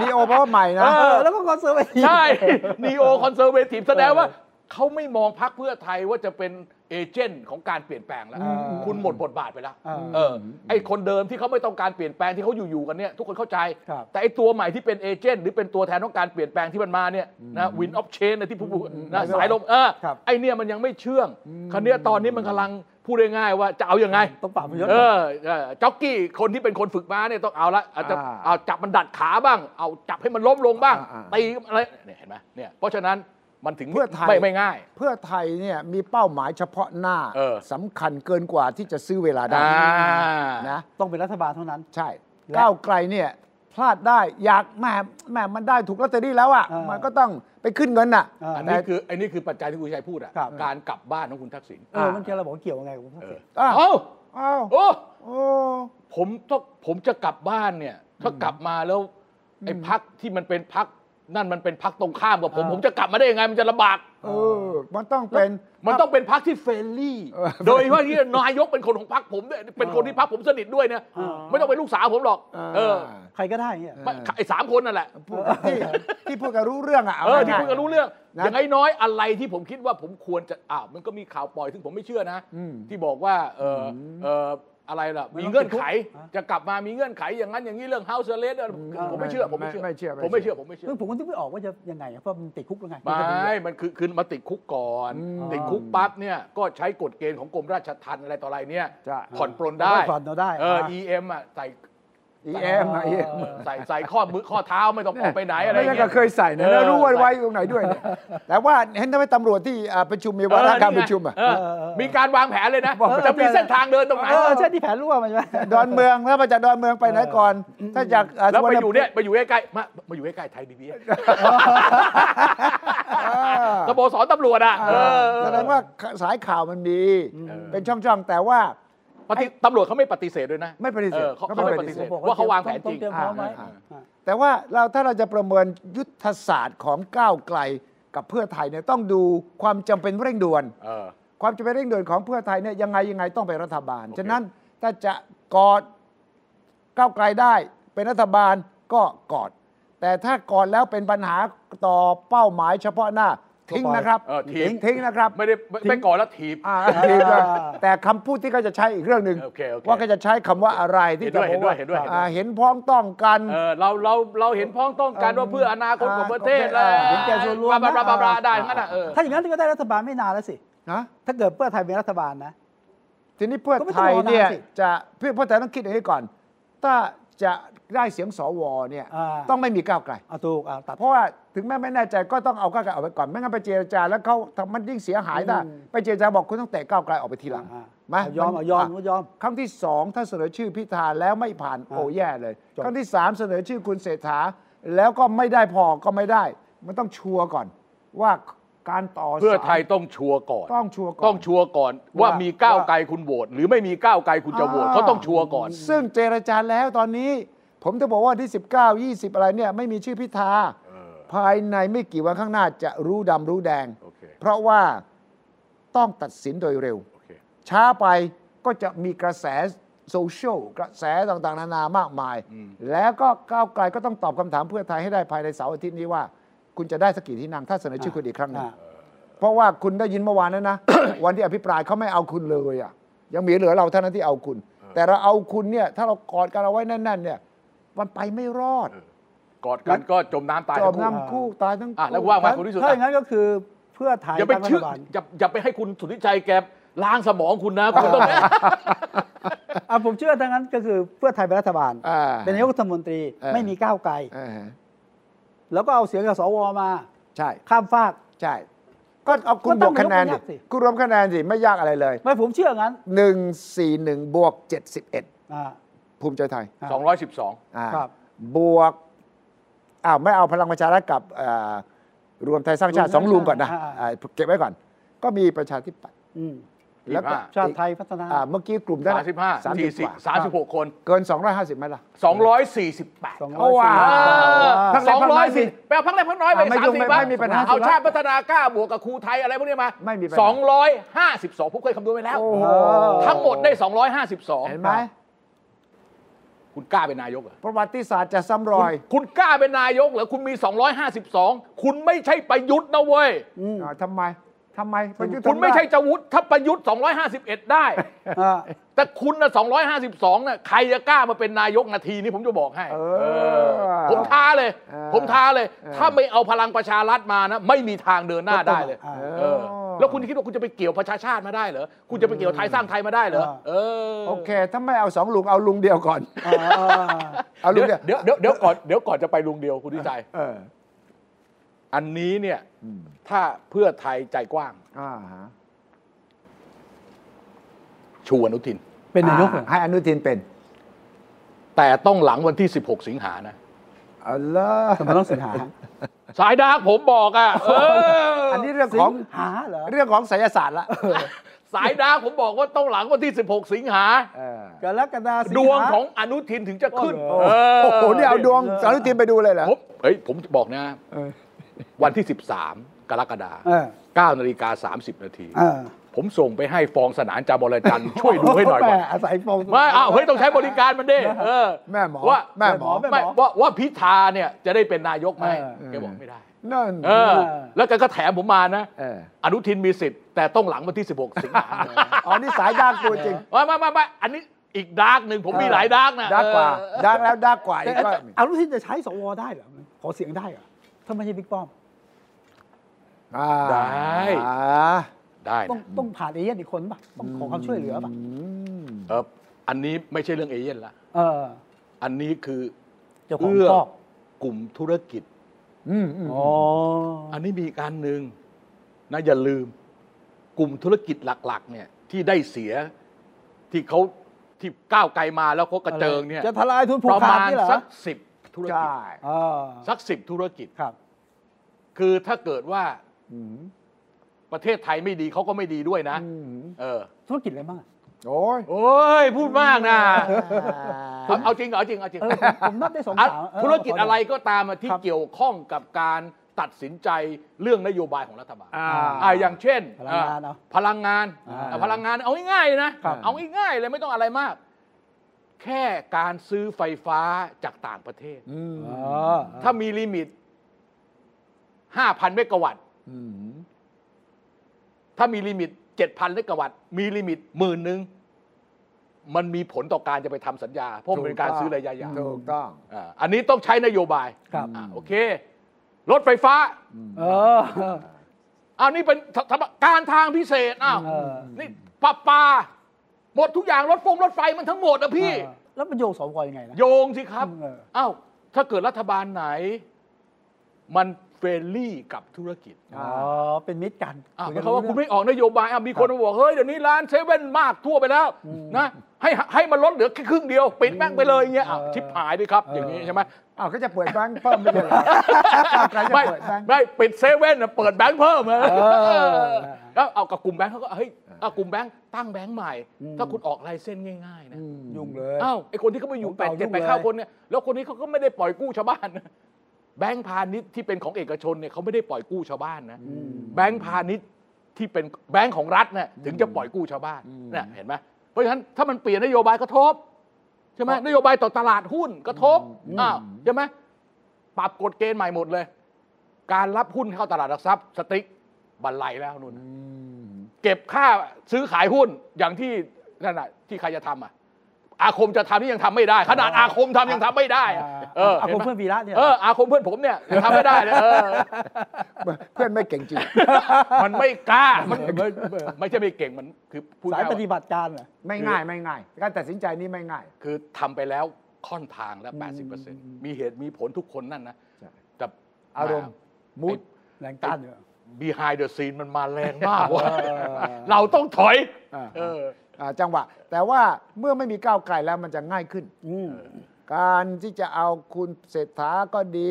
[SPEAKER 3] นีโอเพราะว่าใหม่นะ
[SPEAKER 1] เออแล้วก็คอนเสิร์ตไปอีก
[SPEAKER 2] ใช่ neo conservative แสดงว่าเขาไม่มองพักเพื่อไทยว่าจะเป็นเอเจนต์ของการเปลี่ยนแปลงแล้ว
[SPEAKER 1] เออ
[SPEAKER 2] คุณหมดบทบาทไปแล้ว
[SPEAKER 1] เออ
[SPEAKER 2] เออ ไอคนเดิมที่เขาไม่ต้องการเปลี่ยนแปลงที่เขาอยู่ๆกันเนี่ยทุกคนเข้าใจ
[SPEAKER 1] ครับ
[SPEAKER 2] แต่ไอตัวใหม่ที่เป็นเอเจนต์หรือเป็นตัวแทนของการเปลี่ยนแปลงที่มันมาเนี่ยนะวินออฟเชนนะที่ผู้นะสายลมเออ
[SPEAKER 1] ครับ
[SPEAKER 2] ไอเนี่ยมันยังไม่เชื่องคันนี้ยตอนนี้มันกำลังพูดง่ายๆว่าจะเอายังไง
[SPEAKER 1] ต้องปราบพยศ
[SPEAKER 2] เออเออจ็อกกี้คนที่เป็นคนฝึกม้าเนี่ยต้องเอาละอาจจะ
[SPEAKER 3] อ่า
[SPEAKER 2] เอาจับมันดัดขาบ้าง เอาจับให้มันล้มลงบ้าง
[SPEAKER 3] อ่าอ่า
[SPEAKER 2] ตีอะไรเนี่ยเห็นไหมเนี่ยเพราะฉะนั้นมันถึง
[SPEAKER 3] เพื่อไทย
[SPEAKER 2] ไม่ไม่ง่าย
[SPEAKER 3] เพื่อไทยเนี่ยมีเป้าหมายเฉพาะหน้า
[SPEAKER 2] เออ
[SPEAKER 3] สำคัญเกินกว่าที่จะซื้อเวลาได้
[SPEAKER 2] อ่า
[SPEAKER 3] นะ
[SPEAKER 1] ต้องเป็นรัฐบาลเท่านั้น
[SPEAKER 3] ใช่
[SPEAKER 1] และ
[SPEAKER 3] ก้าวไกลเนี่ยพลาดได้อยากแหม่แหม่มันได้ถูกลอตเตอรี่แล้วอ่ะ
[SPEAKER 1] เออ
[SPEAKER 3] มันก็ต้องไปขึ้นเงินน่ะ
[SPEAKER 1] เอออ
[SPEAKER 2] อันนี้คืออันนี้คือปัจจัยที่คุณชัยพูดอะ
[SPEAKER 1] ครับ
[SPEAKER 2] การกลับบ้านของคุณทักษิณ
[SPEAKER 1] เออมันเกี่ยวเราบอกว่าเกี่ยวยังไงกับคุณทัก
[SPEAKER 2] เอ
[SPEAKER 1] ษิ
[SPEAKER 2] อ
[SPEAKER 1] ณ
[SPEAKER 3] อ่ะ
[SPEAKER 2] เอ้า
[SPEAKER 3] อ้าว
[SPEAKER 2] โอ้
[SPEAKER 3] โอ้
[SPEAKER 2] ผมต้องผมจะกลับบ้านเนี่ย ถ้ากลับมาแล้วไอ้พักที่มันเป็นพัก นั่นมันเป็นพักตรงข้ามกับผม
[SPEAKER 1] อ่า
[SPEAKER 2] ผมจะกลับมาได้ยังไงมันจะลำบาก
[SPEAKER 3] เออ มันต้องเป็น
[SPEAKER 2] มันต้องเป็นพักที่เฟรนลี่
[SPEAKER 3] เออ
[SPEAKER 2] โดยว่าที่นายกเป็นคนของพักผมด้วยเป็นคนที่พักผมสนิทด้วยเนี่ย
[SPEAKER 1] อ่า
[SPEAKER 2] ไม่ต้องเป็นลูกสาวผมหรอก เออ
[SPEAKER 1] ใครก็ได้เนี่ย
[SPEAKER 2] ไม่ไอ้สามคนนั่นแหละ
[SPEAKER 3] พูด ที่ที่พูดกันรู้เรื่องอ่ะา
[SPEAKER 2] เออที่
[SPEAKER 3] ง่ายๆ
[SPEAKER 2] คุยกันรู้เรื่อง
[SPEAKER 3] นะ
[SPEAKER 2] อย่างน้อยๆอะไรที่ผมคิดว่าผมควรจะอ้าวมันก็มีข่าวปล่อยซึ่งผมไม่เชื่อนะ
[SPEAKER 3] อืม
[SPEAKER 2] ที่บอกว่าเออเอออะไรล่ะ
[SPEAKER 1] มัน
[SPEAKER 2] มี
[SPEAKER 1] ต้อง
[SPEAKER 2] เงื่อนไข
[SPEAKER 1] ติดคุกอ่ะ
[SPEAKER 2] จะกลับมามีเงื่อนไขอย่างนั้นอย่างนี้เรื่อง House Arrest เฮาส์เลสผมไม่เชื่อผมไม่เชื่อ
[SPEAKER 3] ไม่เชื่อ
[SPEAKER 2] ผมไม่เชื่อผมไม่เชื่อ
[SPEAKER 1] เรื่องผมก็นึกไม่ออกว่าจะยังไงอะเพราะมันติดคุกแล้วไง
[SPEAKER 2] ไม่ มันคือคือมาติดคุกก่อน
[SPEAKER 3] อืม
[SPEAKER 2] ติดคุกปั๊บเนี่ยก็ใช้กฎเกณฑ์ของกรมราชทัณฑ์อะไรต่ออะไรเนี่ย
[SPEAKER 3] ใช่
[SPEAKER 2] ผ่อนปรนได้
[SPEAKER 1] ผ่อนเราได้
[SPEAKER 2] เออ
[SPEAKER 1] ะ
[SPEAKER 2] EM อ่ะใส่
[SPEAKER 3] EM อะ EM
[SPEAKER 2] เออใส่ใส่ข้อมือข้อเท้าไม่ต้องออกไปไหนอะไรอ
[SPEAKER 3] ไม่
[SPEAKER 2] ย่าง
[SPEAKER 3] งั้น
[SPEAKER 2] เงี้ย
[SPEAKER 3] ก็เคยใส่นะ
[SPEAKER 2] เออ
[SPEAKER 3] แล้วรู้ว่าไว้ตรงไหนด้วยเนี่ยแต่ว่าเห็นทำไมตำรวจที่อ่าประชุมมีวาระการประชุมอ่ะ
[SPEAKER 2] เออมีการวางแผนเลยนะ
[SPEAKER 1] บอกไม่
[SPEAKER 2] จะ
[SPEAKER 1] จำเป็
[SPEAKER 2] มี
[SPEAKER 1] น
[SPEAKER 2] เส้นทางเดินตรงไหน
[SPEAKER 1] เออใช่ที่แผนรั่วมันใช่ไหม
[SPEAKER 3] ดอนเมืองแล้วมาจากดอนเมืองไปไหนก่อน ถ้าจากา
[SPEAKER 2] แล้ว
[SPEAKER 3] สุวร
[SPEAKER 2] ไป
[SPEAKER 3] รณ
[SPEAKER 2] อยู่เนี่ยไปอยู่ใกล้ๆมามาอยู่ใกล้ๆไทยดีบี
[SPEAKER 3] อ่า
[SPEAKER 2] สโมสรตำรวจอ่ะเออ
[SPEAKER 3] แสดงว่าสายข่าวมันมีเป็นช่องๆแต่ว่า
[SPEAKER 2] ปฏิตำรวจเขาไม่ปฏิเสธด้วยนะ
[SPEAKER 3] ไม่ปฏิเสธ
[SPEAKER 2] ออเขา
[SPEAKER 3] เขา
[SPEAKER 2] เขา
[SPEAKER 3] ไม่
[SPEAKER 2] ไม่
[SPEAKER 3] ป
[SPEAKER 2] ป
[SPEAKER 3] ฏิ
[SPEAKER 2] ฏิ
[SPEAKER 3] เส
[SPEAKER 2] เส
[SPEAKER 3] ธ
[SPEAKER 2] ธว่าเขาวางแผนจริง
[SPEAKER 1] ต้องเตรียมพร้อมไว้
[SPEAKER 3] อ่า
[SPEAKER 1] อ่า
[SPEAKER 3] แต่ว่าเราถ้าเราจะประเมินยุทธศาสตร์ของก้าวไกลกับเพื่อไทยเนี่ยต้องดูความจำเป็นเร่งด่วน
[SPEAKER 2] เออ
[SPEAKER 3] ความจำเป็นเร่งด่วนของเพื่อไทยเนี่ยยังไงยังไงต้องเป็นรัฐบาล
[SPEAKER 2] โอเค
[SPEAKER 3] ฉะนั้นถ้าจะกอดก้าวไกลได้เป็นรัฐบาลก็กอด แต่ถ้ากอดแล้วเป็นปัญหาต่อเป้าหมายเฉพาะหน้า ทิ้งนะครับ
[SPEAKER 2] เออทิ้ง
[SPEAKER 3] ทิ้งนะครับ
[SPEAKER 2] ไม่ได้ไม่ไม่ก่อแล้วถีบ
[SPEAKER 3] อ่าทิ้งนะแต่คำพูดที่เขาจะใช้อีกเรื่องหนึ่ง
[SPEAKER 2] โอเคโอเค
[SPEAKER 3] ว่าเขาจะใช้คำว่าอะไรที่จะ
[SPEAKER 2] เห็นด้วยเห็นด้วยเห็นด้วย
[SPEAKER 3] อ่าเห็นพ้องต้องกัน
[SPEAKER 2] เออเราเราเราเห็นพ้องต้องการว่าเพื่ออนาคตของประเทศแล้
[SPEAKER 3] เออเห็นแก่ส่วนรวมนะ
[SPEAKER 2] บลาบลาบลาบลาได้งั้นอ่ะเออ
[SPEAKER 1] ถ้าอย่างนั้นก็ได้รัฐบาลไม่นานแล้วสิ
[SPEAKER 3] นะ
[SPEAKER 1] ถ้าเกิดเพื่อไทยเป็นรัฐบาลนะ
[SPEAKER 3] ทีนี้เพื่อ
[SPEAKER 1] ก็ไม่
[SPEAKER 3] ไท
[SPEAKER 1] ต้องร
[SPEAKER 3] ย
[SPEAKER 1] อนาน
[SPEAKER 3] เนี่ย
[SPEAKER 1] สิ
[SPEAKER 3] จะเพื่อเพื่อไทยต้องคิดอย่างนี้ก่อน ถ้าจะได้เสียงสวเนี่ย
[SPEAKER 1] อ่า
[SPEAKER 3] ต้องไม่มีก้าวไกล
[SPEAKER 1] เอาถูกเอาตัด
[SPEAKER 3] เพราะว่าถึงแม้ไม่แน่ใจก็ต้องเอาก้าวไกลออกไปก่อน ไม่งั้นไปเจรจาแล้วเขาทำมันยิ่งเสียหายนะ
[SPEAKER 1] อืม
[SPEAKER 3] ไปเจรจาบอกคุณต้องเตะก้าวไกลออกไปทีหลัง
[SPEAKER 1] อ่า
[SPEAKER 3] ไหม
[SPEAKER 1] เอายอมเอายอม
[SPEAKER 3] ะ
[SPEAKER 1] เอายอม
[SPEAKER 3] ครั้งที่สองถ้าเสนอชื่อพิธาแล้วไม่ผ่านโอ้แย่เลย
[SPEAKER 1] จบ
[SPEAKER 3] ครั้งที่สามเสนอชื่อคุณเศรษฐาแล้วก็ไม่ได้พอก็ไม่ได้ มันต้องชัวร์ก่อน ว่าการต่อ
[SPEAKER 2] เพื่อ
[SPEAKER 3] สา
[SPEAKER 2] ไทยต้องชัวร์ก่อน
[SPEAKER 3] ต้องชัวร์ก่อน
[SPEAKER 2] ต้องชัวร์ก่อนว่ามีก้าวไกลคุณโหวตหรือไม่มีก้าวไกลคุณจะโหวต
[SPEAKER 3] อ่า
[SPEAKER 2] เขาต้องชัวร์ก่อน
[SPEAKER 3] ซึ่งเจรจาแล้วตอนนี้ ผมจะบอกว่าที่ 19 20 อะไรเนี่ยไม่มีชื่อพิธา
[SPEAKER 2] เออ
[SPEAKER 3] ภายในไม่กี่วันข้างหน้าจะรู้ดำรู้แดง
[SPEAKER 2] โอเค
[SPEAKER 3] เพราะว่าต้องตัดสินโดยเร็ว
[SPEAKER 2] โอเค
[SPEAKER 3] ช้าไปก็จะมีกระแสโซเชียลกระแสต่างๆ นานามากมาย แล้วก็ก้าวไกลก็ต้องตอบคำถามเพื่อไทยให้ได้ภายในเสาร์อาทิตย์นี้ว่า คุณจะได้สักกี่ที่นั่งถ้าเสนอชื่อคุณอีกครั้งหนึง
[SPEAKER 1] อ่า
[SPEAKER 3] เพราะว่าคุณได้ยินเมื่อวานนั้นนะ วันที่อภิปรายเขาไม่เอาคุณเลยอ่ะยังมีเหลือเราเท่านั้นที่เอาคุณ แต่เราเอาคุณเนี่ยถ้าเรากอดกันเอาไว้แน่นๆเนี่ยมันไปไม่รอด
[SPEAKER 2] กอดกันก็จมน้ำตาย
[SPEAKER 3] จ
[SPEAKER 2] ทั้งคู่
[SPEAKER 3] มน้ำคู่ตายทั้ง
[SPEAKER 2] อ่ะ
[SPEAKER 3] คู่
[SPEAKER 2] แล้วว่ามาคุณที่สุด
[SPEAKER 1] ถ้าอ
[SPEAKER 2] อ่ะ
[SPEAKER 1] ย่างนั้นก็คือเพื่อไทย
[SPEAKER 2] อย่าไป
[SPEAKER 1] ตั้งรั
[SPEAKER 2] เชื่อบ
[SPEAKER 1] ฐาล
[SPEAKER 2] อย่าอย่าไปให้คุณสุทธิชัยแกล้างสมองคุณนะ คุณต้อง
[SPEAKER 1] อ่ะผมเชื่อถ้างั้นก็คือเพื่อไทยเป็นรัฐบาล
[SPEAKER 3] อ่า
[SPEAKER 1] เป็นนายกรัฐมนตรี
[SPEAKER 3] เออ
[SPEAKER 1] ไม่มีก้าวไกล
[SPEAKER 3] อ่าฮะ
[SPEAKER 1] แล้วก็เอาเสียงจากสวมา
[SPEAKER 3] ใช่
[SPEAKER 1] ข้ามฟาก
[SPEAKER 3] ใช่ก็เอาคุณ
[SPEAKER 1] ก็
[SPEAKER 3] บ
[SPEAKER 1] ตั้
[SPEAKER 3] ว
[SPEAKER 1] ง
[SPEAKER 3] ก
[SPEAKER 1] เป็น
[SPEAKER 3] คะแนน
[SPEAKER 1] ยกไม่ยา
[SPEAKER 3] ดิ
[SPEAKER 1] กสิ
[SPEAKER 3] คุณรวมคะแนนสิไม่ยากอะไรเลย
[SPEAKER 1] ไม่ผมเชื่องั้น
[SPEAKER 3] 1 4 1บวก71
[SPEAKER 1] อ่า
[SPEAKER 3] ภูมิใจไทย
[SPEAKER 2] 212
[SPEAKER 3] อ่า
[SPEAKER 1] ครับ
[SPEAKER 3] บวกอ้าวไม่เอาพลังประชารัฐกับอ่ารวมไทยสร้างชาติสองลุมก่อนนะอ่าเก็บไว้ก่อน ก็มีประชาธิปัตย์
[SPEAKER 1] อืม
[SPEAKER 3] แล้วก็
[SPEAKER 1] ชาติไทยพัฒนา
[SPEAKER 3] อ่าเมื่อกี้กลุ่มได้
[SPEAKER 2] 35
[SPEAKER 3] สามสิบกว่า
[SPEAKER 2] 40 36 คน
[SPEAKER 3] เกิน 250ไหมล่ะ
[SPEAKER 1] สอง
[SPEAKER 2] 248
[SPEAKER 1] ร้อย
[SPEAKER 3] ว้า
[SPEAKER 1] สี่
[SPEAKER 3] ว
[SPEAKER 1] สิบ
[SPEAKER 3] พรรคเล็กพรรคน้อยสิ
[SPEAKER 2] 210แปลว่าพักเล็กพักน้อยไป
[SPEAKER 3] อ่ะไม่ยุ่งไม่
[SPEAKER 2] 30บ้าง
[SPEAKER 3] ไม่มีปัญหา
[SPEAKER 2] เอาชาติพัฒนากล้าบวกกับครูไทยอะไรพวกเนี้ยมา
[SPEAKER 3] ไม่มีปัญหา
[SPEAKER 2] 252ผมเคยคำนวณไปแล้ว
[SPEAKER 3] โอ้โห
[SPEAKER 2] ทั้งหมดได้
[SPEAKER 3] เห็นไหม
[SPEAKER 2] 252 คุณกล้าเป็นนายกเหรอ
[SPEAKER 3] ประวัติศาสตร์จะซ้ำรอย
[SPEAKER 2] คุณกล้าเป็นนายกเหรอคุณมี 252 คุณไม่ใช่ประยุทธ์นะเว้ย
[SPEAKER 1] อืม
[SPEAKER 3] อ่าทำไมทำไมประยุทธ์
[SPEAKER 2] คุณไม่
[SPEAKER 3] ทำด้
[SPEAKER 2] ใช่จะวุฒิถ้าประยุทธ์ 251 ได้
[SPEAKER 1] อ่า
[SPEAKER 2] แต่คุณนะ252น่ะใครจะกล้ามาเป็นนายกนาทีนี้ผมจะบอกให้
[SPEAKER 3] เอ
[SPEAKER 2] เอ
[SPEAKER 3] อ
[SPEAKER 2] อผมท้าเลย
[SPEAKER 3] เออ
[SPEAKER 2] ผมท้าเลย
[SPEAKER 3] เออ
[SPEAKER 2] ถ้าไม่เอาพลังประชารัฐมานะ ไม่มีทางเดินหน้าได้เลย
[SPEAKER 1] อ่า
[SPEAKER 3] เออ
[SPEAKER 2] เออแล้วคุณคิดว่าคุณจะไปเกี่ยวประชาชาติมาได้เหรอคุณจะไปเกี่ยวไทยสร้างไทยมาได้เหรอ
[SPEAKER 1] อ่า
[SPEAKER 2] เออ
[SPEAKER 3] โอเค ถ้าไม่เอาสองลุงเอาลุงเดียวก่อน
[SPEAKER 1] อ่า
[SPEAKER 3] เอาลุ
[SPEAKER 2] เดี๋ย
[SPEAKER 3] ง
[SPEAKER 2] ว
[SPEAKER 3] เดียว
[SPEAKER 2] เดี๋ยวเดี๋ยวเดี๋ยวก่อนเดี๋ยวก่อนจะไปลุงเดียวคุณวิจัย
[SPEAKER 3] เออ
[SPEAKER 2] อันนี้เนี่ย
[SPEAKER 3] อืม
[SPEAKER 2] ถ้าเพื่อไทยใจกว้าง
[SPEAKER 3] อ่าฮะ
[SPEAKER 2] ชูอนุทิน
[SPEAKER 1] เป็นนายกเหร
[SPEAKER 3] อ่
[SPEAKER 1] อ
[SPEAKER 3] ให้อนุทินเป็น
[SPEAKER 2] แต่ต้องหลังวันที่ 16 สิงหานะ
[SPEAKER 3] เอาละ
[SPEAKER 1] แต่มันต้องสิงหา
[SPEAKER 2] สายดาร์กผมบอกอ่ะเออ
[SPEAKER 3] อั
[SPEAKER 2] อั
[SPEAKER 3] นนี้เรื่องของ
[SPEAKER 1] สิหาเหรอ
[SPEAKER 3] เรื่องของไสยศาสตร์ละ
[SPEAKER 2] สายดาผมบอกว่าต้องหลังวันที่ 16 สิงหา
[SPEAKER 3] เออก
[SPEAKER 1] รกฎาคมสิหา
[SPEAKER 2] ดวงของอนุทินถึงจะขึ้น
[SPEAKER 1] โอ้โห
[SPEAKER 3] โอ้โหนี่เอาดวงอนุทินไปดูเลยเหรอ
[SPEAKER 2] ผม เฮ้ยผมบอกนะ
[SPEAKER 3] เออ
[SPEAKER 2] วันที่ 13 กรกฎา
[SPEAKER 1] เออ
[SPEAKER 2] คม9นาฬิกา30 นาที
[SPEAKER 1] เออ
[SPEAKER 2] ผมส่งไปให้ฟองสนานจามรจันทร์ ช่วยดูให้หน่อยก่อน
[SPEAKER 1] แม่อาศัยฟอง
[SPEAKER 2] ไม่อ้าวเฮ้ย ต้องใช้บริการมันดิเออ
[SPEAKER 3] แม่หมอ
[SPEAKER 2] ว่า
[SPEAKER 3] แม่หมอ
[SPEAKER 1] แม่หมอ
[SPEAKER 2] ไม่ว่าว่าพิธาเนี่ยจะได้เป็นนายกไหม
[SPEAKER 1] เออ
[SPEAKER 2] แกบอกไม่ได้
[SPEAKER 3] นั่น
[SPEAKER 2] เออ แล้วแกก็แถมผมมานะ
[SPEAKER 3] เออ
[SPEAKER 2] อนุทินมีสิทธิ์แต่ต้องหลังวันที่ 16 สิงหาคม
[SPEAKER 3] อ๋อนี่สายดาร์กตัวจริง
[SPEAKER 2] ไม่ไม่ไม่ไม่อันนี้อีกดาร์กหนึ่งผมมีหลายดาร์กนะ
[SPEAKER 3] ดาร์กกว่า
[SPEAKER 2] เออ
[SPEAKER 3] ดาร์กแล้วดาร์กกว่าอี
[SPEAKER 1] แต่
[SPEAKER 3] กก็
[SPEAKER 1] อนุทินจะใช้สวได้เหรอขอเสียงได้เหรอถ้าไม่ใช่บิ๊กป้อม
[SPEAKER 3] อ่าอ่า
[SPEAKER 2] ได้นะ
[SPEAKER 1] ต้องต้องผ่านเอเย่นอีกคนป่ะต้องขอความช่วยเหลือป่ะ
[SPEAKER 3] อืม
[SPEAKER 2] เอออันนี้ไม่ใช่เรื่องเอเย่นละ
[SPEAKER 1] เออ
[SPEAKER 2] อันนี้คือ
[SPEAKER 1] เจ้าของคอก
[SPEAKER 2] กลุ่มธุรกิจ
[SPEAKER 3] อืมอืม
[SPEAKER 1] อ๋อ
[SPEAKER 2] อันนี้มีอีกอันหนึ่งนะอย่าลืม กลุ่มธุรกิจหลัก ๆ เนี่ยที่ได้เสียที่เขาที่ก้าวไกลมาแล้วเขากระเจิงเนี่ย
[SPEAKER 1] จะทลายทุนผูก
[SPEAKER 2] ประ
[SPEAKER 1] ขาด
[SPEAKER 2] มาณ
[SPEAKER 1] นี่เหรอ
[SPEAKER 2] สักสิบธุรกิจ
[SPEAKER 3] ใช่
[SPEAKER 1] เออ
[SPEAKER 2] สักสิบธุรกิจ
[SPEAKER 1] ครับ
[SPEAKER 2] คือถ้าเกิดว่า
[SPEAKER 3] อืม
[SPEAKER 2] ประเทศไทยไม่ดีเขาก็ไม่ดีด้วยนะ
[SPEAKER 3] อืม
[SPEAKER 2] เออ
[SPEAKER 1] ธุรกิจอะไรบ้างอะ
[SPEAKER 3] โอ้ย
[SPEAKER 2] โอ้ยพูดมากนะ เอาเอาจริงเหรอเอาจริงเอาจริง
[SPEAKER 1] เออผมผมนับได้สอง
[SPEAKER 2] อ่ะ
[SPEAKER 1] สามเออ
[SPEAKER 2] ธุรกิจอะไรก็ตามอะที่
[SPEAKER 1] ครับ
[SPEAKER 2] เกี่ยวข้องกับการตัดสินใจเรื่องนโยบายของรัฐบาล
[SPEAKER 3] อ่า
[SPEAKER 2] อ่ะอย่างเช่น
[SPEAKER 1] พลังงาน
[SPEAKER 2] อ่ะ
[SPEAKER 1] เอา
[SPEAKER 2] พลังงาน
[SPEAKER 1] อ่า
[SPEAKER 2] อ่ะพลังงานเอาง่ายๆนะครับ เอาง่ายๆเลยไม่ต้องอะไรมาก แค่การซื้อไฟฟ้าจากต่างประเทศ
[SPEAKER 3] อืม
[SPEAKER 1] เออ
[SPEAKER 2] ถ้ามีลิมิต 5,000 เมกะวัตต์
[SPEAKER 3] อืม
[SPEAKER 2] ถ้ามีลิมิต 7,000 เมกะวัตต์ มีลิมิตหมื่นหนึ่งมันมีผลต่อการจะไปทำสัญญา เพราะมันเป็นการซื้อระยะยาว
[SPEAKER 3] ถูกต้อง
[SPEAKER 2] อ่าอันนี้ต้องใช้นโยบาย
[SPEAKER 1] ครับ
[SPEAKER 2] อ่าโอเค รถไฟฟ้า
[SPEAKER 1] เออ
[SPEAKER 2] อันนี้เป็นททำการทางพิเศษ อ้าว
[SPEAKER 1] เออ
[SPEAKER 2] นี่ปะปา หมดทุกอย่างรถฟงรถไฟมันทั้งหมดนะพี่
[SPEAKER 1] เออแล้วมันโยงสวยังไงนะ
[SPEAKER 2] โยงสิครับ
[SPEAKER 1] เออ
[SPEAKER 2] อ้าว ถ้าเกิดรัฐบาลไหน มันเฟรนลี่กับธุรกิจ
[SPEAKER 1] อ๋อเป็นมิตรกัน
[SPEAKER 2] อ้าว
[SPEAKER 1] ยกั
[SPEAKER 2] หมาน ยความว่าคุณ
[SPEAKER 1] รู้เรื่
[SPEAKER 2] ไม่ออกนโยบายอ้าวมีคนมาบอก เฮ้ย เดี๋ยวนี้ร้านเซเว่นมากทั่วไปแล้วนะให้ให้มันลดเหลือแค่ครึ่งเดียว ปิดแม่งไปเลยอย่างเงี้ยอ้าวชิบหายดิครับ อย่างงี้ใช่ไหม
[SPEAKER 3] อ้าวก็จะเปิดแบงค์เพิ่มไม่ใช่เหรออ้าวใครจะ
[SPEAKER 2] ไม่
[SPEAKER 3] เปิดแบงค์
[SPEAKER 2] ไม่ปิดเซเว่นน่ะเปิดแบงค์เพิ่มเออแล้วเอากับกลุ่มแบงค์เขาก็เฮ้ยเอากลุ่มแบงค์ตั้งแบงค์ใหม่ ถ้าคุณออกลายเส้นง่ายๆนะ
[SPEAKER 1] งยุ่งเลย
[SPEAKER 2] เอ้าไอคนที่เขาไปอยู่
[SPEAKER 1] ผม
[SPEAKER 2] แป
[SPEAKER 1] เป่า
[SPEAKER 2] ดเจ็ด
[SPEAKER 1] ยุ่ง
[SPEAKER 2] แป
[SPEAKER 1] เล
[SPEAKER 2] ด
[SPEAKER 1] ย
[SPEAKER 2] เก้าคนเนี่ยแล้วคนนี้เขาก็ไม่ได้ปล่อยกู้ชาวบ้านนะแบงค์พาณิชย์ที่เป็นของเอกชนเนี่ยเขาไม่ได้ปล่อยกู้ชาวบ้านนะแบงค์พาณิชย์ที่เป็นแบงค์ของรัฐเนี่ยถึงจะปล่อยกู้ชาวบ้านเนี่ยเห็นไหมเพราะฉะนั้นถ้ามันเปลี่ยนนโยบายกระทบใช่ไหมนโยบายต่อตลาดหุ้นกระทบอ้าวใช่ไหมปรับกฎเกณฑ์ใหม่หมดเลย การรับหุ้นเข้าตลาดหลักทรัพย์สติ๊กบันไลแล้วนู่นน่ะเก็บค่าซื้อขายหุ้นอย่างที่นั่นน่ะที่ใครจะทำอ่ะ อาคมจะทำนี่ยังทำไม่ได้ ขนาดอาคมทำยังทำไม่ได้อ่ะเออ
[SPEAKER 1] เอา
[SPEAKER 2] เห็
[SPEAKER 1] คน น
[SPEAKER 2] ไหม
[SPEAKER 1] เพื่อนวีระเนี่ย
[SPEAKER 2] เอออาคมเพื่อนผมเนี่ยยังทำไม่ได้เลยเออ
[SPEAKER 3] เพื่อนไม่เก่งจริง
[SPEAKER 2] มันไม่กล้ามันไม่ไม่ใช่ไม่เก่งมันคือพูด
[SPEAKER 1] สาย
[SPEAKER 2] ง่า
[SPEAKER 1] ป
[SPEAKER 2] ยว่า
[SPEAKER 1] ฏิบัติการเหรอ
[SPEAKER 3] ไม่ง่ายไม่ง่าย การตัดสินใจนี่ไม่ง่าย
[SPEAKER 2] คือทำไปแล้วค่อนทางแล้ว 80%มีเหตุมีผลทุกคนนั่นนะ
[SPEAKER 3] ใช่
[SPEAKER 2] แต่
[SPEAKER 3] อารมณ์มูด
[SPEAKER 1] แรงต้านอยู่
[SPEAKER 2] บีไฮเดอะซีนมันมาแรงมากว่ะเราต้องถอย
[SPEAKER 3] อ่า
[SPEAKER 2] เออ
[SPEAKER 3] อ่าจังหวะ แต่ว่าเมื่อไม่มีก้าวไกลแล้วมันจะง่ายขึ้น
[SPEAKER 1] อืม
[SPEAKER 3] การที่จะเอาคุณเศรษฐาก็ดี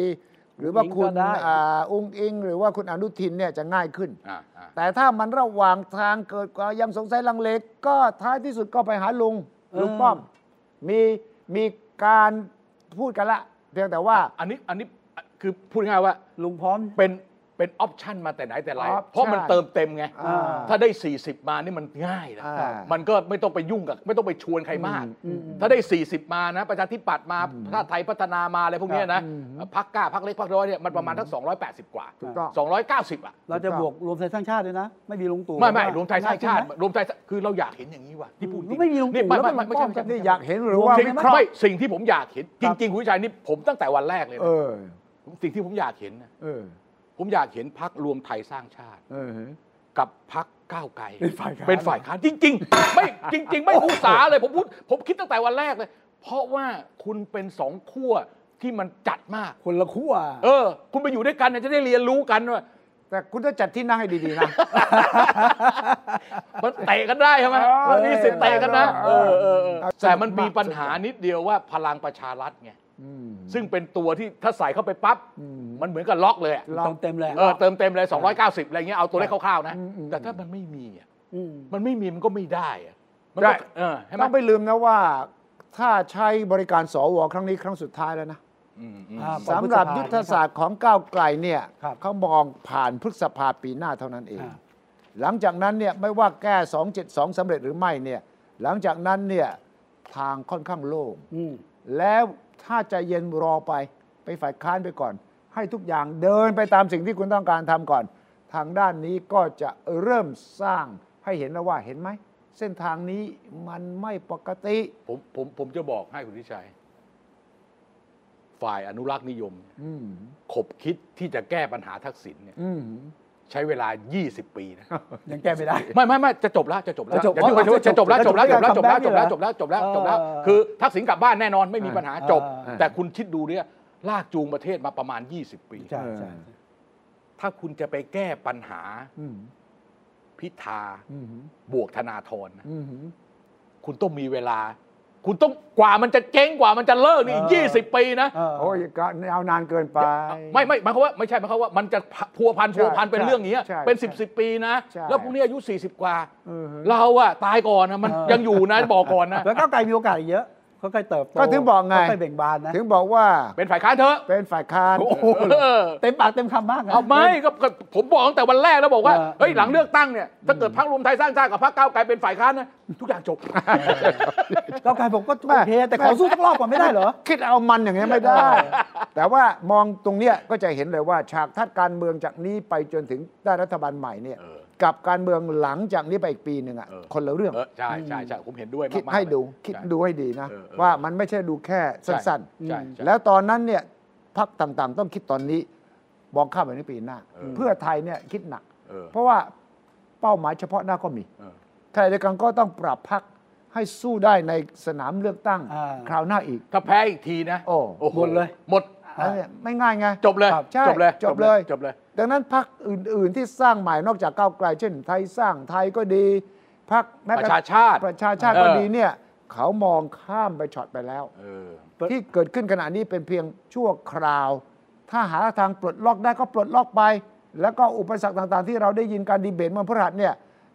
[SPEAKER 3] หรือว่า
[SPEAKER 1] อุ๊
[SPEAKER 3] คุ
[SPEAKER 1] งอิ๊งก็
[SPEAKER 3] ณ
[SPEAKER 1] ได้
[SPEAKER 3] อ่าอุ้งอิง หรือว่าคุณอนุทินเนี่ยจะง่ายขึ้น
[SPEAKER 2] อ่าอ่า
[SPEAKER 3] แต่ถ้ามันระหว่างทางเกิดความยังสงสัยลังเลก็ท้ายที่สุดก็ไปหาลุงลุงป้อม มีมีการพูดกันละ เพียงแต่ว่า
[SPEAKER 2] อันนี้อันนี้คือพูดง่ายๆว่า
[SPEAKER 1] ลุงพร้อม
[SPEAKER 2] เป็นเป็นออปชันมาแต่ไหนแต่ไร
[SPEAKER 3] Option
[SPEAKER 2] เพราะมันเติมเต็มไง
[SPEAKER 3] อ่า
[SPEAKER 2] ถ้าได้ 40 มานี่มันง่ายนะ
[SPEAKER 3] อ่า
[SPEAKER 2] มันก็ไม่ต้องไปยุ่งกับ ไม่ต้องไปชวนใครมาก ถ้าได้ 40 มานะ ประชาธิปัตย์มาชาติไทยพัฒนามาอะไรพวกเนี้ยนะพักกล้าพักเล็กพักน้อยเนี่ยมันประมาณทั้ง280 กว่า
[SPEAKER 3] ถูกต้อง
[SPEAKER 2] 290 อ่ะ
[SPEAKER 1] เราจะบวกรวมไทยสร้างชาติด้วยนะ ไม่มีลุงตู่
[SPEAKER 2] ไม่ไม่รวมไทยสร้างชาติ
[SPEAKER 1] ได้ใไหม
[SPEAKER 2] รวมไทยสร้างคือเราอยากเห็นอย่างนี้ว่ะที่พูดจริง
[SPEAKER 1] ไม่มีลุงตู่
[SPEAKER 2] นี่ไม่
[SPEAKER 1] แล้ว
[SPEAKER 2] ไม่
[SPEAKER 1] มัน
[SPEAKER 2] ไม่ไม่ใช่ไม่ใช่
[SPEAKER 1] ป้อมกั
[SPEAKER 3] นี่
[SPEAKER 1] น
[SPEAKER 3] อยากเห็นหรือว่า
[SPEAKER 2] สิ่ง
[SPEAKER 3] ไม่
[SPEAKER 2] ไม่สิ่งที่ผมอยากเห็น จริงๆคุณวิชัยนี่ผมตั้งแต่วันแรกเลย
[SPEAKER 3] เอ
[SPEAKER 2] นะ
[SPEAKER 3] อ
[SPEAKER 2] สิ่งที่ผมอยากเห็นนะ
[SPEAKER 3] เออ
[SPEAKER 2] ผมอยากเห็นพักรวมไทยสร้างชาติ
[SPEAKER 3] เออ
[SPEAKER 2] กับพักก้าวไกล
[SPEAKER 1] เป็นฝ่ายค้าน
[SPEAKER 2] เป็นฝ่ายค้านจริง ๆ ไม่จริง ๆ ไม่พูดสาเลยผมพูดผมคิดตั้งแต่วันแรกเลย เพราะว่าคุณเป็นสองขั้วที่มันจัดมาก
[SPEAKER 1] คนละขั้ว
[SPEAKER 2] เออ คุณไปอยู่ด้วยกันเนี่ยจะได้เรียนรู้กันว่า
[SPEAKER 3] แต่คุณต้องจัดที่นั่งให้ดีๆนะ
[SPEAKER 2] มันเตะกันได้ใช่ไหมมันมีสิทธิ์เตะกันนะเออเออเออแต่มันมีปัญหานิดเดียวว่าพลังประชารัฐไงซึ่งเป็นตัวที่ถ้าใส่เข้าไปปั๊บมันเหมือนกับล็อกเลยอะ
[SPEAKER 1] ต้องเต็มแหละ
[SPEAKER 2] เออเติมเต็มเลย 290อะไรเงี้ยเอาตัวเลขคร่าวๆนะแต่ถ้ามันไม่มีอะ
[SPEAKER 1] ม
[SPEAKER 2] มันไม่มีมันก็ไม่ได้อะมัน
[SPEAKER 3] ได้
[SPEAKER 2] ก็เออใช่ไหม
[SPEAKER 3] ต้องไม่ลืมนะว่า ถ้าใช้บริการสวครั้งนี้ครั้งสุดท้ายแล้วนะ
[SPEAKER 2] อืมอืม
[SPEAKER 1] อ่า
[SPEAKER 3] สำหรับยุทธศาสตร์ของก้าวไกลเนี่ย
[SPEAKER 1] ครับ
[SPEAKER 3] เขามองผ่านพฤษภาปีหน้าเท่านั้นเอง
[SPEAKER 1] อ่า
[SPEAKER 3] หลังจากนั้นเนี่ยไม่ว่าแก้ 272สำเร็จหรือไม่เนี่ยหลังจากนั้นเนี่ยทางค่อนข้างโล่ง
[SPEAKER 1] อืม
[SPEAKER 3] แล้วถ้าใจเย็นรอไปไปฝ่ายค้านไปก่อน ให้ทุกอย่างเดินไปตามสิ่งที่คุณต้องการทำก่อน ทางด้านนี้ก็จะเริ่มสร้างให้เห็นแล้วว่าเห็นไหม เส้นทางนี้มันไม่ปกติ
[SPEAKER 2] ผมผมผมจะบอกให้คุณทิชัย ฝ่ายอนุรักษ์นิยม
[SPEAKER 3] อืม
[SPEAKER 2] ขบคิดที่จะแก้ปัญหาทักษิณเนี่ย
[SPEAKER 3] อืม
[SPEAKER 2] ใช้เวลา 20 ปีนะ
[SPEAKER 1] ยังแก้ไม่ได้
[SPEAKER 2] ไม่ไม่ไม่จะจบแล้วจะจบแล้ว
[SPEAKER 1] จะจบ
[SPEAKER 2] อย่าเพิ่ง
[SPEAKER 1] อ๋อ
[SPEAKER 2] จะจบแล้วจบแล้วจบแล้วจบแล้วจบแล้ว
[SPEAKER 1] จะจ
[SPEAKER 2] จ
[SPEAKER 1] บบ แล้
[SPEAKER 2] แล้ว วจบแล้วจบแล้ว
[SPEAKER 1] เออ
[SPEAKER 2] คือทักษิณกลับบ้านแน่นอนไม่มีปัญหา
[SPEAKER 1] เออ
[SPEAKER 2] จบ แต่คุณคิดดูเนี่ยลากจูงประเทศมาประมาณ 20 ปี
[SPEAKER 1] ใช่ใช่
[SPEAKER 2] ถ้าคุณจะไปแก้ปัญหา
[SPEAKER 3] อืม
[SPEAKER 2] พิธา
[SPEAKER 3] อืม
[SPEAKER 2] บวกธนาธรนะ
[SPEAKER 3] อืม
[SPEAKER 2] คุณต้องมีเวลา คุณต้องกว่ามันจะเจ๊งกว่ามันจะเลิกนี่อีกยี่สิบปีนะ
[SPEAKER 1] เออ
[SPEAKER 3] โอ้ยก็เอานานเกินไป
[SPEAKER 2] ไม่ไม่หมายความว่าไม่ใช่หมายความว่ามันจะพัวพันพัวพันเป็น
[SPEAKER 3] ใช่
[SPEAKER 2] เรื่องอย่างเงี้ย
[SPEAKER 3] ใช่
[SPEAKER 2] เป็น
[SPEAKER 3] ใช่
[SPEAKER 2] 10บสปีนะ
[SPEAKER 3] ใช่
[SPEAKER 2] แล้วพวกเนี้ยอายุ 40 กว่า
[SPEAKER 3] เออ
[SPEAKER 2] เราอะตายก่อนนะมัน
[SPEAKER 1] เออ
[SPEAKER 2] ยังอยู่นะบอกก่อนนะ
[SPEAKER 1] แล้วก้าวไกลมีโอกาสอีกเยอะค่อยๆเติบโต
[SPEAKER 3] ก็ถึงบอกไง
[SPEAKER 1] ค่อยๆเบ่งบานนะ
[SPEAKER 3] ถึงบอกว่า
[SPEAKER 2] เป็นฝ่ายค้านเถอะ
[SPEAKER 3] เป็นฝ่ายค้าน
[SPEAKER 2] เออ
[SPEAKER 1] เต็มปากเต็มคำมากนะ
[SPEAKER 2] เอาไหม่ก็ก็ผมบอกตั้งแต่วันแรกแล้วบอกว่า
[SPEAKER 1] เออ
[SPEAKER 2] เฮ้ยหลังเลือกตั้งเนี่ยถ้าเกิดพรรครวมไทยสร้างชาติกับพรรคก้าวไกลเป็นฝ่ายค้านนะทุกอย่างจบ
[SPEAKER 1] ก้าวไกลผมก็โอเคแต่ขอสู้สักรอบก่อนไม่ได้เหรอ
[SPEAKER 3] คิดเอามันอย่างเงี้ยไม่ได้ แต่ว่ามองตรงเนี้ยก็จะเห็นเลยว่าฉากทัศน์การเมืองจากนี้ไปจนถึงได้รัฐบาลใหม่เนี่ย
[SPEAKER 2] เออ
[SPEAKER 3] กับการเมืองหลังจากนี้ไปอีกปีหนึ่งอ่ะ
[SPEAKER 2] เออ
[SPEAKER 3] คนละเรื่อง
[SPEAKER 2] เออใช่ใช่ใช่ผมเห็นด้วยมากๆ
[SPEAKER 3] คิดให้ดู
[SPEAKER 2] เลย
[SPEAKER 3] คิด
[SPEAKER 2] ใช่
[SPEAKER 3] ดูให้ดีนะ
[SPEAKER 2] เออเออ
[SPEAKER 3] ว่ามันไม่ใช่ดูแค่สั้น
[SPEAKER 2] ใช่
[SPEAKER 1] อืม
[SPEAKER 2] ใช่
[SPEAKER 3] ๆ แล้วตอนนั้นเนี่ยพักต่างๆ ต้องคิดตอนนี้มองข้ามไปในปีหน้า เพื่อไทยเนี่ยคิดหนัก
[SPEAKER 2] เออ
[SPEAKER 3] เพราะว่าเป้าหมายเฉพาะหน้าก็มี
[SPEAKER 2] เออ
[SPEAKER 3] ใครเดียวกันก็ต้องปรับพักให้สู้ได้ในสนามเลือกตั้ง
[SPEAKER 1] อ่า
[SPEAKER 3] คราวหน้าอีก
[SPEAKER 2] ถ้าแพ้อีกทีนะ
[SPEAKER 3] โอ้
[SPEAKER 2] โ
[SPEAKER 1] หมดเลย
[SPEAKER 2] หมด
[SPEAKER 3] อันเนี้ยไม่ง่ายไง
[SPEAKER 2] จบเลย
[SPEAKER 3] ครับใช่
[SPEAKER 2] จบเลย
[SPEAKER 3] จบเลย
[SPEAKER 2] จบเลย
[SPEAKER 3] ดังนั้นพักอื่น ๆ ที่สร้างใหม่นอกจากก้าวไกล เช่น ไทยสร้างไทยก็ดีพัก
[SPEAKER 2] ประชาชาติ
[SPEAKER 3] ประชาชาติก็
[SPEAKER 2] เออ
[SPEAKER 3] ดีเนี่ย เขามองข้ามไปช็อตไปแล้ว
[SPEAKER 2] เออ
[SPEAKER 3] ที่เกิดขึ้นขณะนี้เป็นเพียงชั่วคราว ถ้าหาทางปลดล็อกได้ก็ปลดล็อกไป แล้วก็อุปสรรคต่างๆ ที่เราได้ยินการดีเบตเมื่อพฤหัสเนี่ย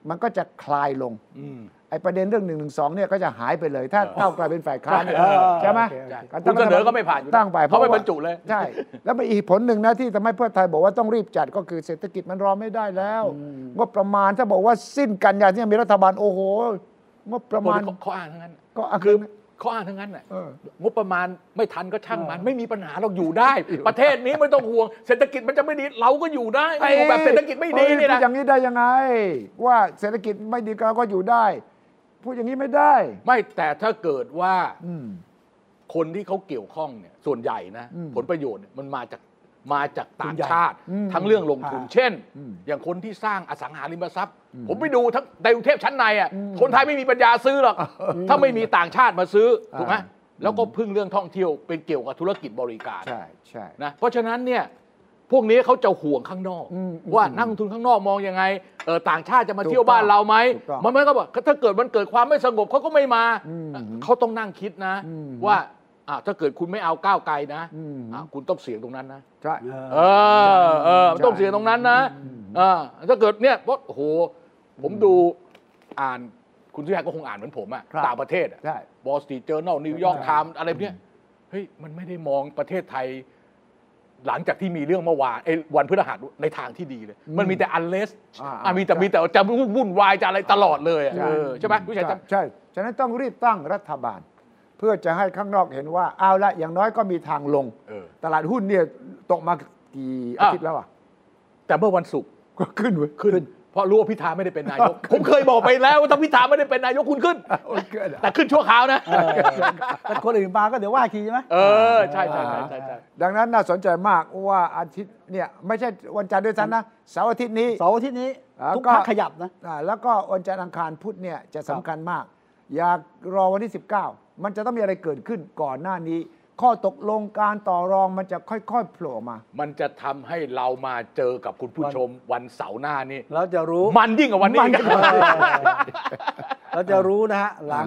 [SPEAKER 3] มันก็จะคลายลง
[SPEAKER 2] อืม
[SPEAKER 3] ไอ้ประเด็นเรื่องหนึ่งหนึ่งสองเนี่ยก็จะหายไปเลย ถ้า
[SPEAKER 2] เออ
[SPEAKER 3] ก้าวไกลเป็นฝ่ายค้านเนี่ย
[SPEAKER 1] เออ
[SPEAKER 3] ใช่ไหม
[SPEAKER 1] โอเค
[SPEAKER 2] ใช่
[SPEAKER 3] การ
[SPEAKER 2] คุ
[SPEAKER 3] ตั้
[SPEAKER 2] ณ
[SPEAKER 3] ง
[SPEAKER 2] เสนอ
[SPEAKER 3] ฐบล
[SPEAKER 2] ก็ไม่ผ่านอยู่
[SPEAKER 3] ตั้งไป
[SPEAKER 2] เขาไม่
[SPEAKER 3] ว่
[SPEAKER 2] บรรจุเลย
[SPEAKER 3] ใช่ แล้วมีอีกผลหนึ่งนะที่ทำให้เพื่อไทยบอกว่าต้องรีบจัดก็คือเศรษฐกิจมันรอไม่ได้แล้วงบประมาณถ้าบอกว่าสิ้นกันยาที่จะมีรัฐบาลโอ้โหงบประมาณ
[SPEAKER 2] ผมเขาอ้างทั้งนั้น
[SPEAKER 3] ก็อ้าง
[SPEAKER 2] คือ
[SPEAKER 3] ทั้งนั้น
[SPEAKER 2] เขาอ้างทั้งนั้นน่ะ
[SPEAKER 3] เออ
[SPEAKER 2] งบประมาณไม่ทันก็ช่างมัน ไม่มีปัญหาเราอยู่ได้ ประเทศนี้ไม่ต้องห่วง เศรษฐกิจมันจะไม่ดีเราก็อยู่ได้ไม่อยู่แบบเศรษฐกิจไม่ดี
[SPEAKER 3] เอ้ย
[SPEAKER 2] เนี่ย
[SPEAKER 3] พู
[SPEAKER 2] นะ
[SPEAKER 3] อย่างนี้ได้ยังไง ว่าเศรษฐกิจไม่ดีเราก็อยู่ได้ พูดอย่างนี้ไม่ได้
[SPEAKER 2] ไม่แต่ถ้าเกิดว่า
[SPEAKER 3] อืม
[SPEAKER 2] คนที่เขาเกี่ยวข้องเนี่ย ส่วนใหญ่นะ
[SPEAKER 3] อืม
[SPEAKER 2] ผลประโยชน์เนี่ยมันมาจากมาจาก
[SPEAKER 1] ส่
[SPEAKER 2] ต่า
[SPEAKER 1] วน
[SPEAKER 2] ง
[SPEAKER 1] ใหญ่
[SPEAKER 2] ชาติ
[SPEAKER 3] อืม
[SPEAKER 2] ทั้งเรื่องลงทุน
[SPEAKER 1] อ่า
[SPEAKER 2] เช่น
[SPEAKER 3] อืม
[SPEAKER 2] อย่างคนที่สร้างอสังหาริมทรัพย์
[SPEAKER 3] อืม
[SPEAKER 2] ผมไปดูทั้งในกรุงเทพชั้นในอ่ะ
[SPEAKER 3] อืม
[SPEAKER 2] คนไทยไม่มีปัญญาซื้อหรอกถ้าไม่มีต่างชาติมาซื้อถูกไหม
[SPEAKER 3] อ่า
[SPEAKER 2] แล้วก็พึ่งเรื่องท่องเที่ยวเป็นเกี่ยวกับธุรกิจบริการ
[SPEAKER 3] ใช่ใช่
[SPEAKER 2] นะเพราะฉะนั้นเนี่ยพวกนี้เขาจะห่วงข้างนอก
[SPEAKER 3] อืมอืม
[SPEAKER 2] ว่านักลงทุนข้างนอกมองยังไงเออต่างชาติจะมา
[SPEAKER 3] ถูก
[SPEAKER 2] เที่ยวบ้านเราไหม
[SPEAKER 3] ถูกต้อง
[SPEAKER 2] มันไม่ก็บอกถ้าเกิดมันเกิดความไม่สงบเขาก็ไม่มา
[SPEAKER 3] อืม
[SPEAKER 2] เขาต้องนั่งคิดนะ
[SPEAKER 3] อืม
[SPEAKER 2] ว่าอ่ะถ้าเกิดคุณไม่เอาก้าวไกลนะ
[SPEAKER 3] อืม
[SPEAKER 2] อ่ะคุณต้องเสี่ยงตรงนั้นนะ
[SPEAKER 3] ใช่
[SPEAKER 2] เออเออมันต้องเสียตรงนั้นนะเออถ้าเกิดเนี่ยเพราะโอ้โหผมดูอ่านคุณสุชาติก็คงอ่านเหมือนผมอะ
[SPEAKER 3] ครับ
[SPEAKER 2] ต่างประเทศอะ
[SPEAKER 3] ใช่
[SPEAKER 2] บอสตีเจอร์นอลนิวยอร์ก
[SPEAKER 1] ใช่
[SPEAKER 2] ไทม์อะไรพวกเนี้ยเฮ้ยมันไม่ได้มองประเทศไทย หลังจากที่มีเรื่องเมื่อวานไอ้วันพฤหัสในทางที่ดีเลย มันมีแต่อันเลส
[SPEAKER 3] อ่า
[SPEAKER 2] มีแต่
[SPEAKER 3] ใช่
[SPEAKER 2] มีแต่จะวุ่นวายจะอะไรตลอดเลยอะเออใช่ไหมคุณสุชาติจำ
[SPEAKER 3] ใช่ ฉะนั้นต้องรีบตั้งรัฐบาล เพื่อจะให้ข้างนอกเห็นว่าเอาละอย่างน้อยก็มีทางลง
[SPEAKER 2] เออ
[SPEAKER 3] ตลาดหุ้นเนี่ยตกมากี่อา
[SPEAKER 2] อ่ะ
[SPEAKER 3] ทิตย์แล้วอ่ะ
[SPEAKER 2] แต่เมื่อวันศุกร์
[SPEAKER 3] ก็ขึ้นเว้ย
[SPEAKER 2] ขึ้น เพราะรู้ว่าพิธาไม่ได้เป็นนายก ผมเคยบอกไปแล้วว่าถ้าพิธาไม่ได้เป็นนายกคุณขึ้น
[SPEAKER 3] โอ้ยเกิดอะ
[SPEAKER 2] แต่ขึ้นชั่วคราวนะ
[SPEAKER 1] แต่คนอื่นมาก็เดี๋ยวว่าอีกทีใช่ไหม
[SPEAKER 2] เออ ใช่ใช่ใช่ใช่ใช่
[SPEAKER 3] ดังนั้นน่าสนใจมากว่าอาทิตย์เนี่ยไม่ใช่วันจันทร์ด้วยซ้ำนะเสาร์อาทิตย์นี้
[SPEAKER 1] เสาร์อาทิตย์นี้
[SPEAKER 3] แล้ว
[SPEAKER 1] ทุก
[SPEAKER 3] ก็
[SPEAKER 1] พักขยับนะ
[SPEAKER 3] อ่าแล้วก็วันจันทร์อังคารพุธเนี่ยจะสำคัญมาก อยากรอวันที่ 19 มันจะต้องมีอะไรเกิดขึ้นก่อนหน้านี้ ข้อตกลงการต่อรองมันจะค่อยๆโผล่มา
[SPEAKER 2] มันจะทำให้เรามาเจอกับคุณผู้ชมวันเสาร์หน้านี่
[SPEAKER 1] แล้วจะรู้
[SPEAKER 2] มันยิ่งกว่าวันนี้
[SPEAKER 1] มัน
[SPEAKER 2] อีก
[SPEAKER 1] ยิ่งกว่า เราจะรู้นะฮะ หลัง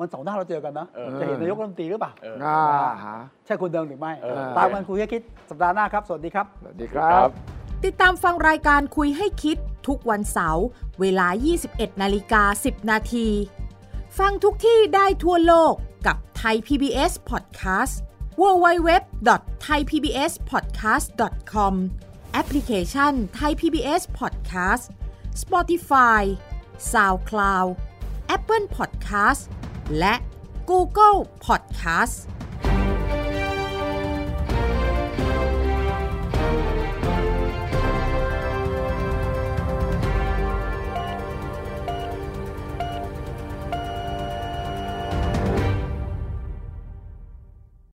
[SPEAKER 1] วันเสาร์หน้าเราเจอกันนะ
[SPEAKER 2] เออ
[SPEAKER 1] จะเห็นนายกรัฐมนตรีหรือเปล่า
[SPEAKER 2] เออ
[SPEAKER 3] อ่าฮะ
[SPEAKER 1] ใช่คนเดิมหรือไม่
[SPEAKER 2] เออ
[SPEAKER 1] ตามกันคุยให้คิด สัปดาห์หน้าครับ สวัสดีครับ
[SPEAKER 3] สวัสดีครับ
[SPEAKER 4] ติดตามฟังรายการคุยให้คิดทุกวันเสาร์เวลา 21 นาฬิกา 10 นาที ฟังทุกที่ได้ทั่วโลกกับไทย PBS Podcast www.thaipbspodcast.com แอปพลิเคชัน Thai PBS Podcast Spotify SoundCloud Apple Podcast และ Google Podcast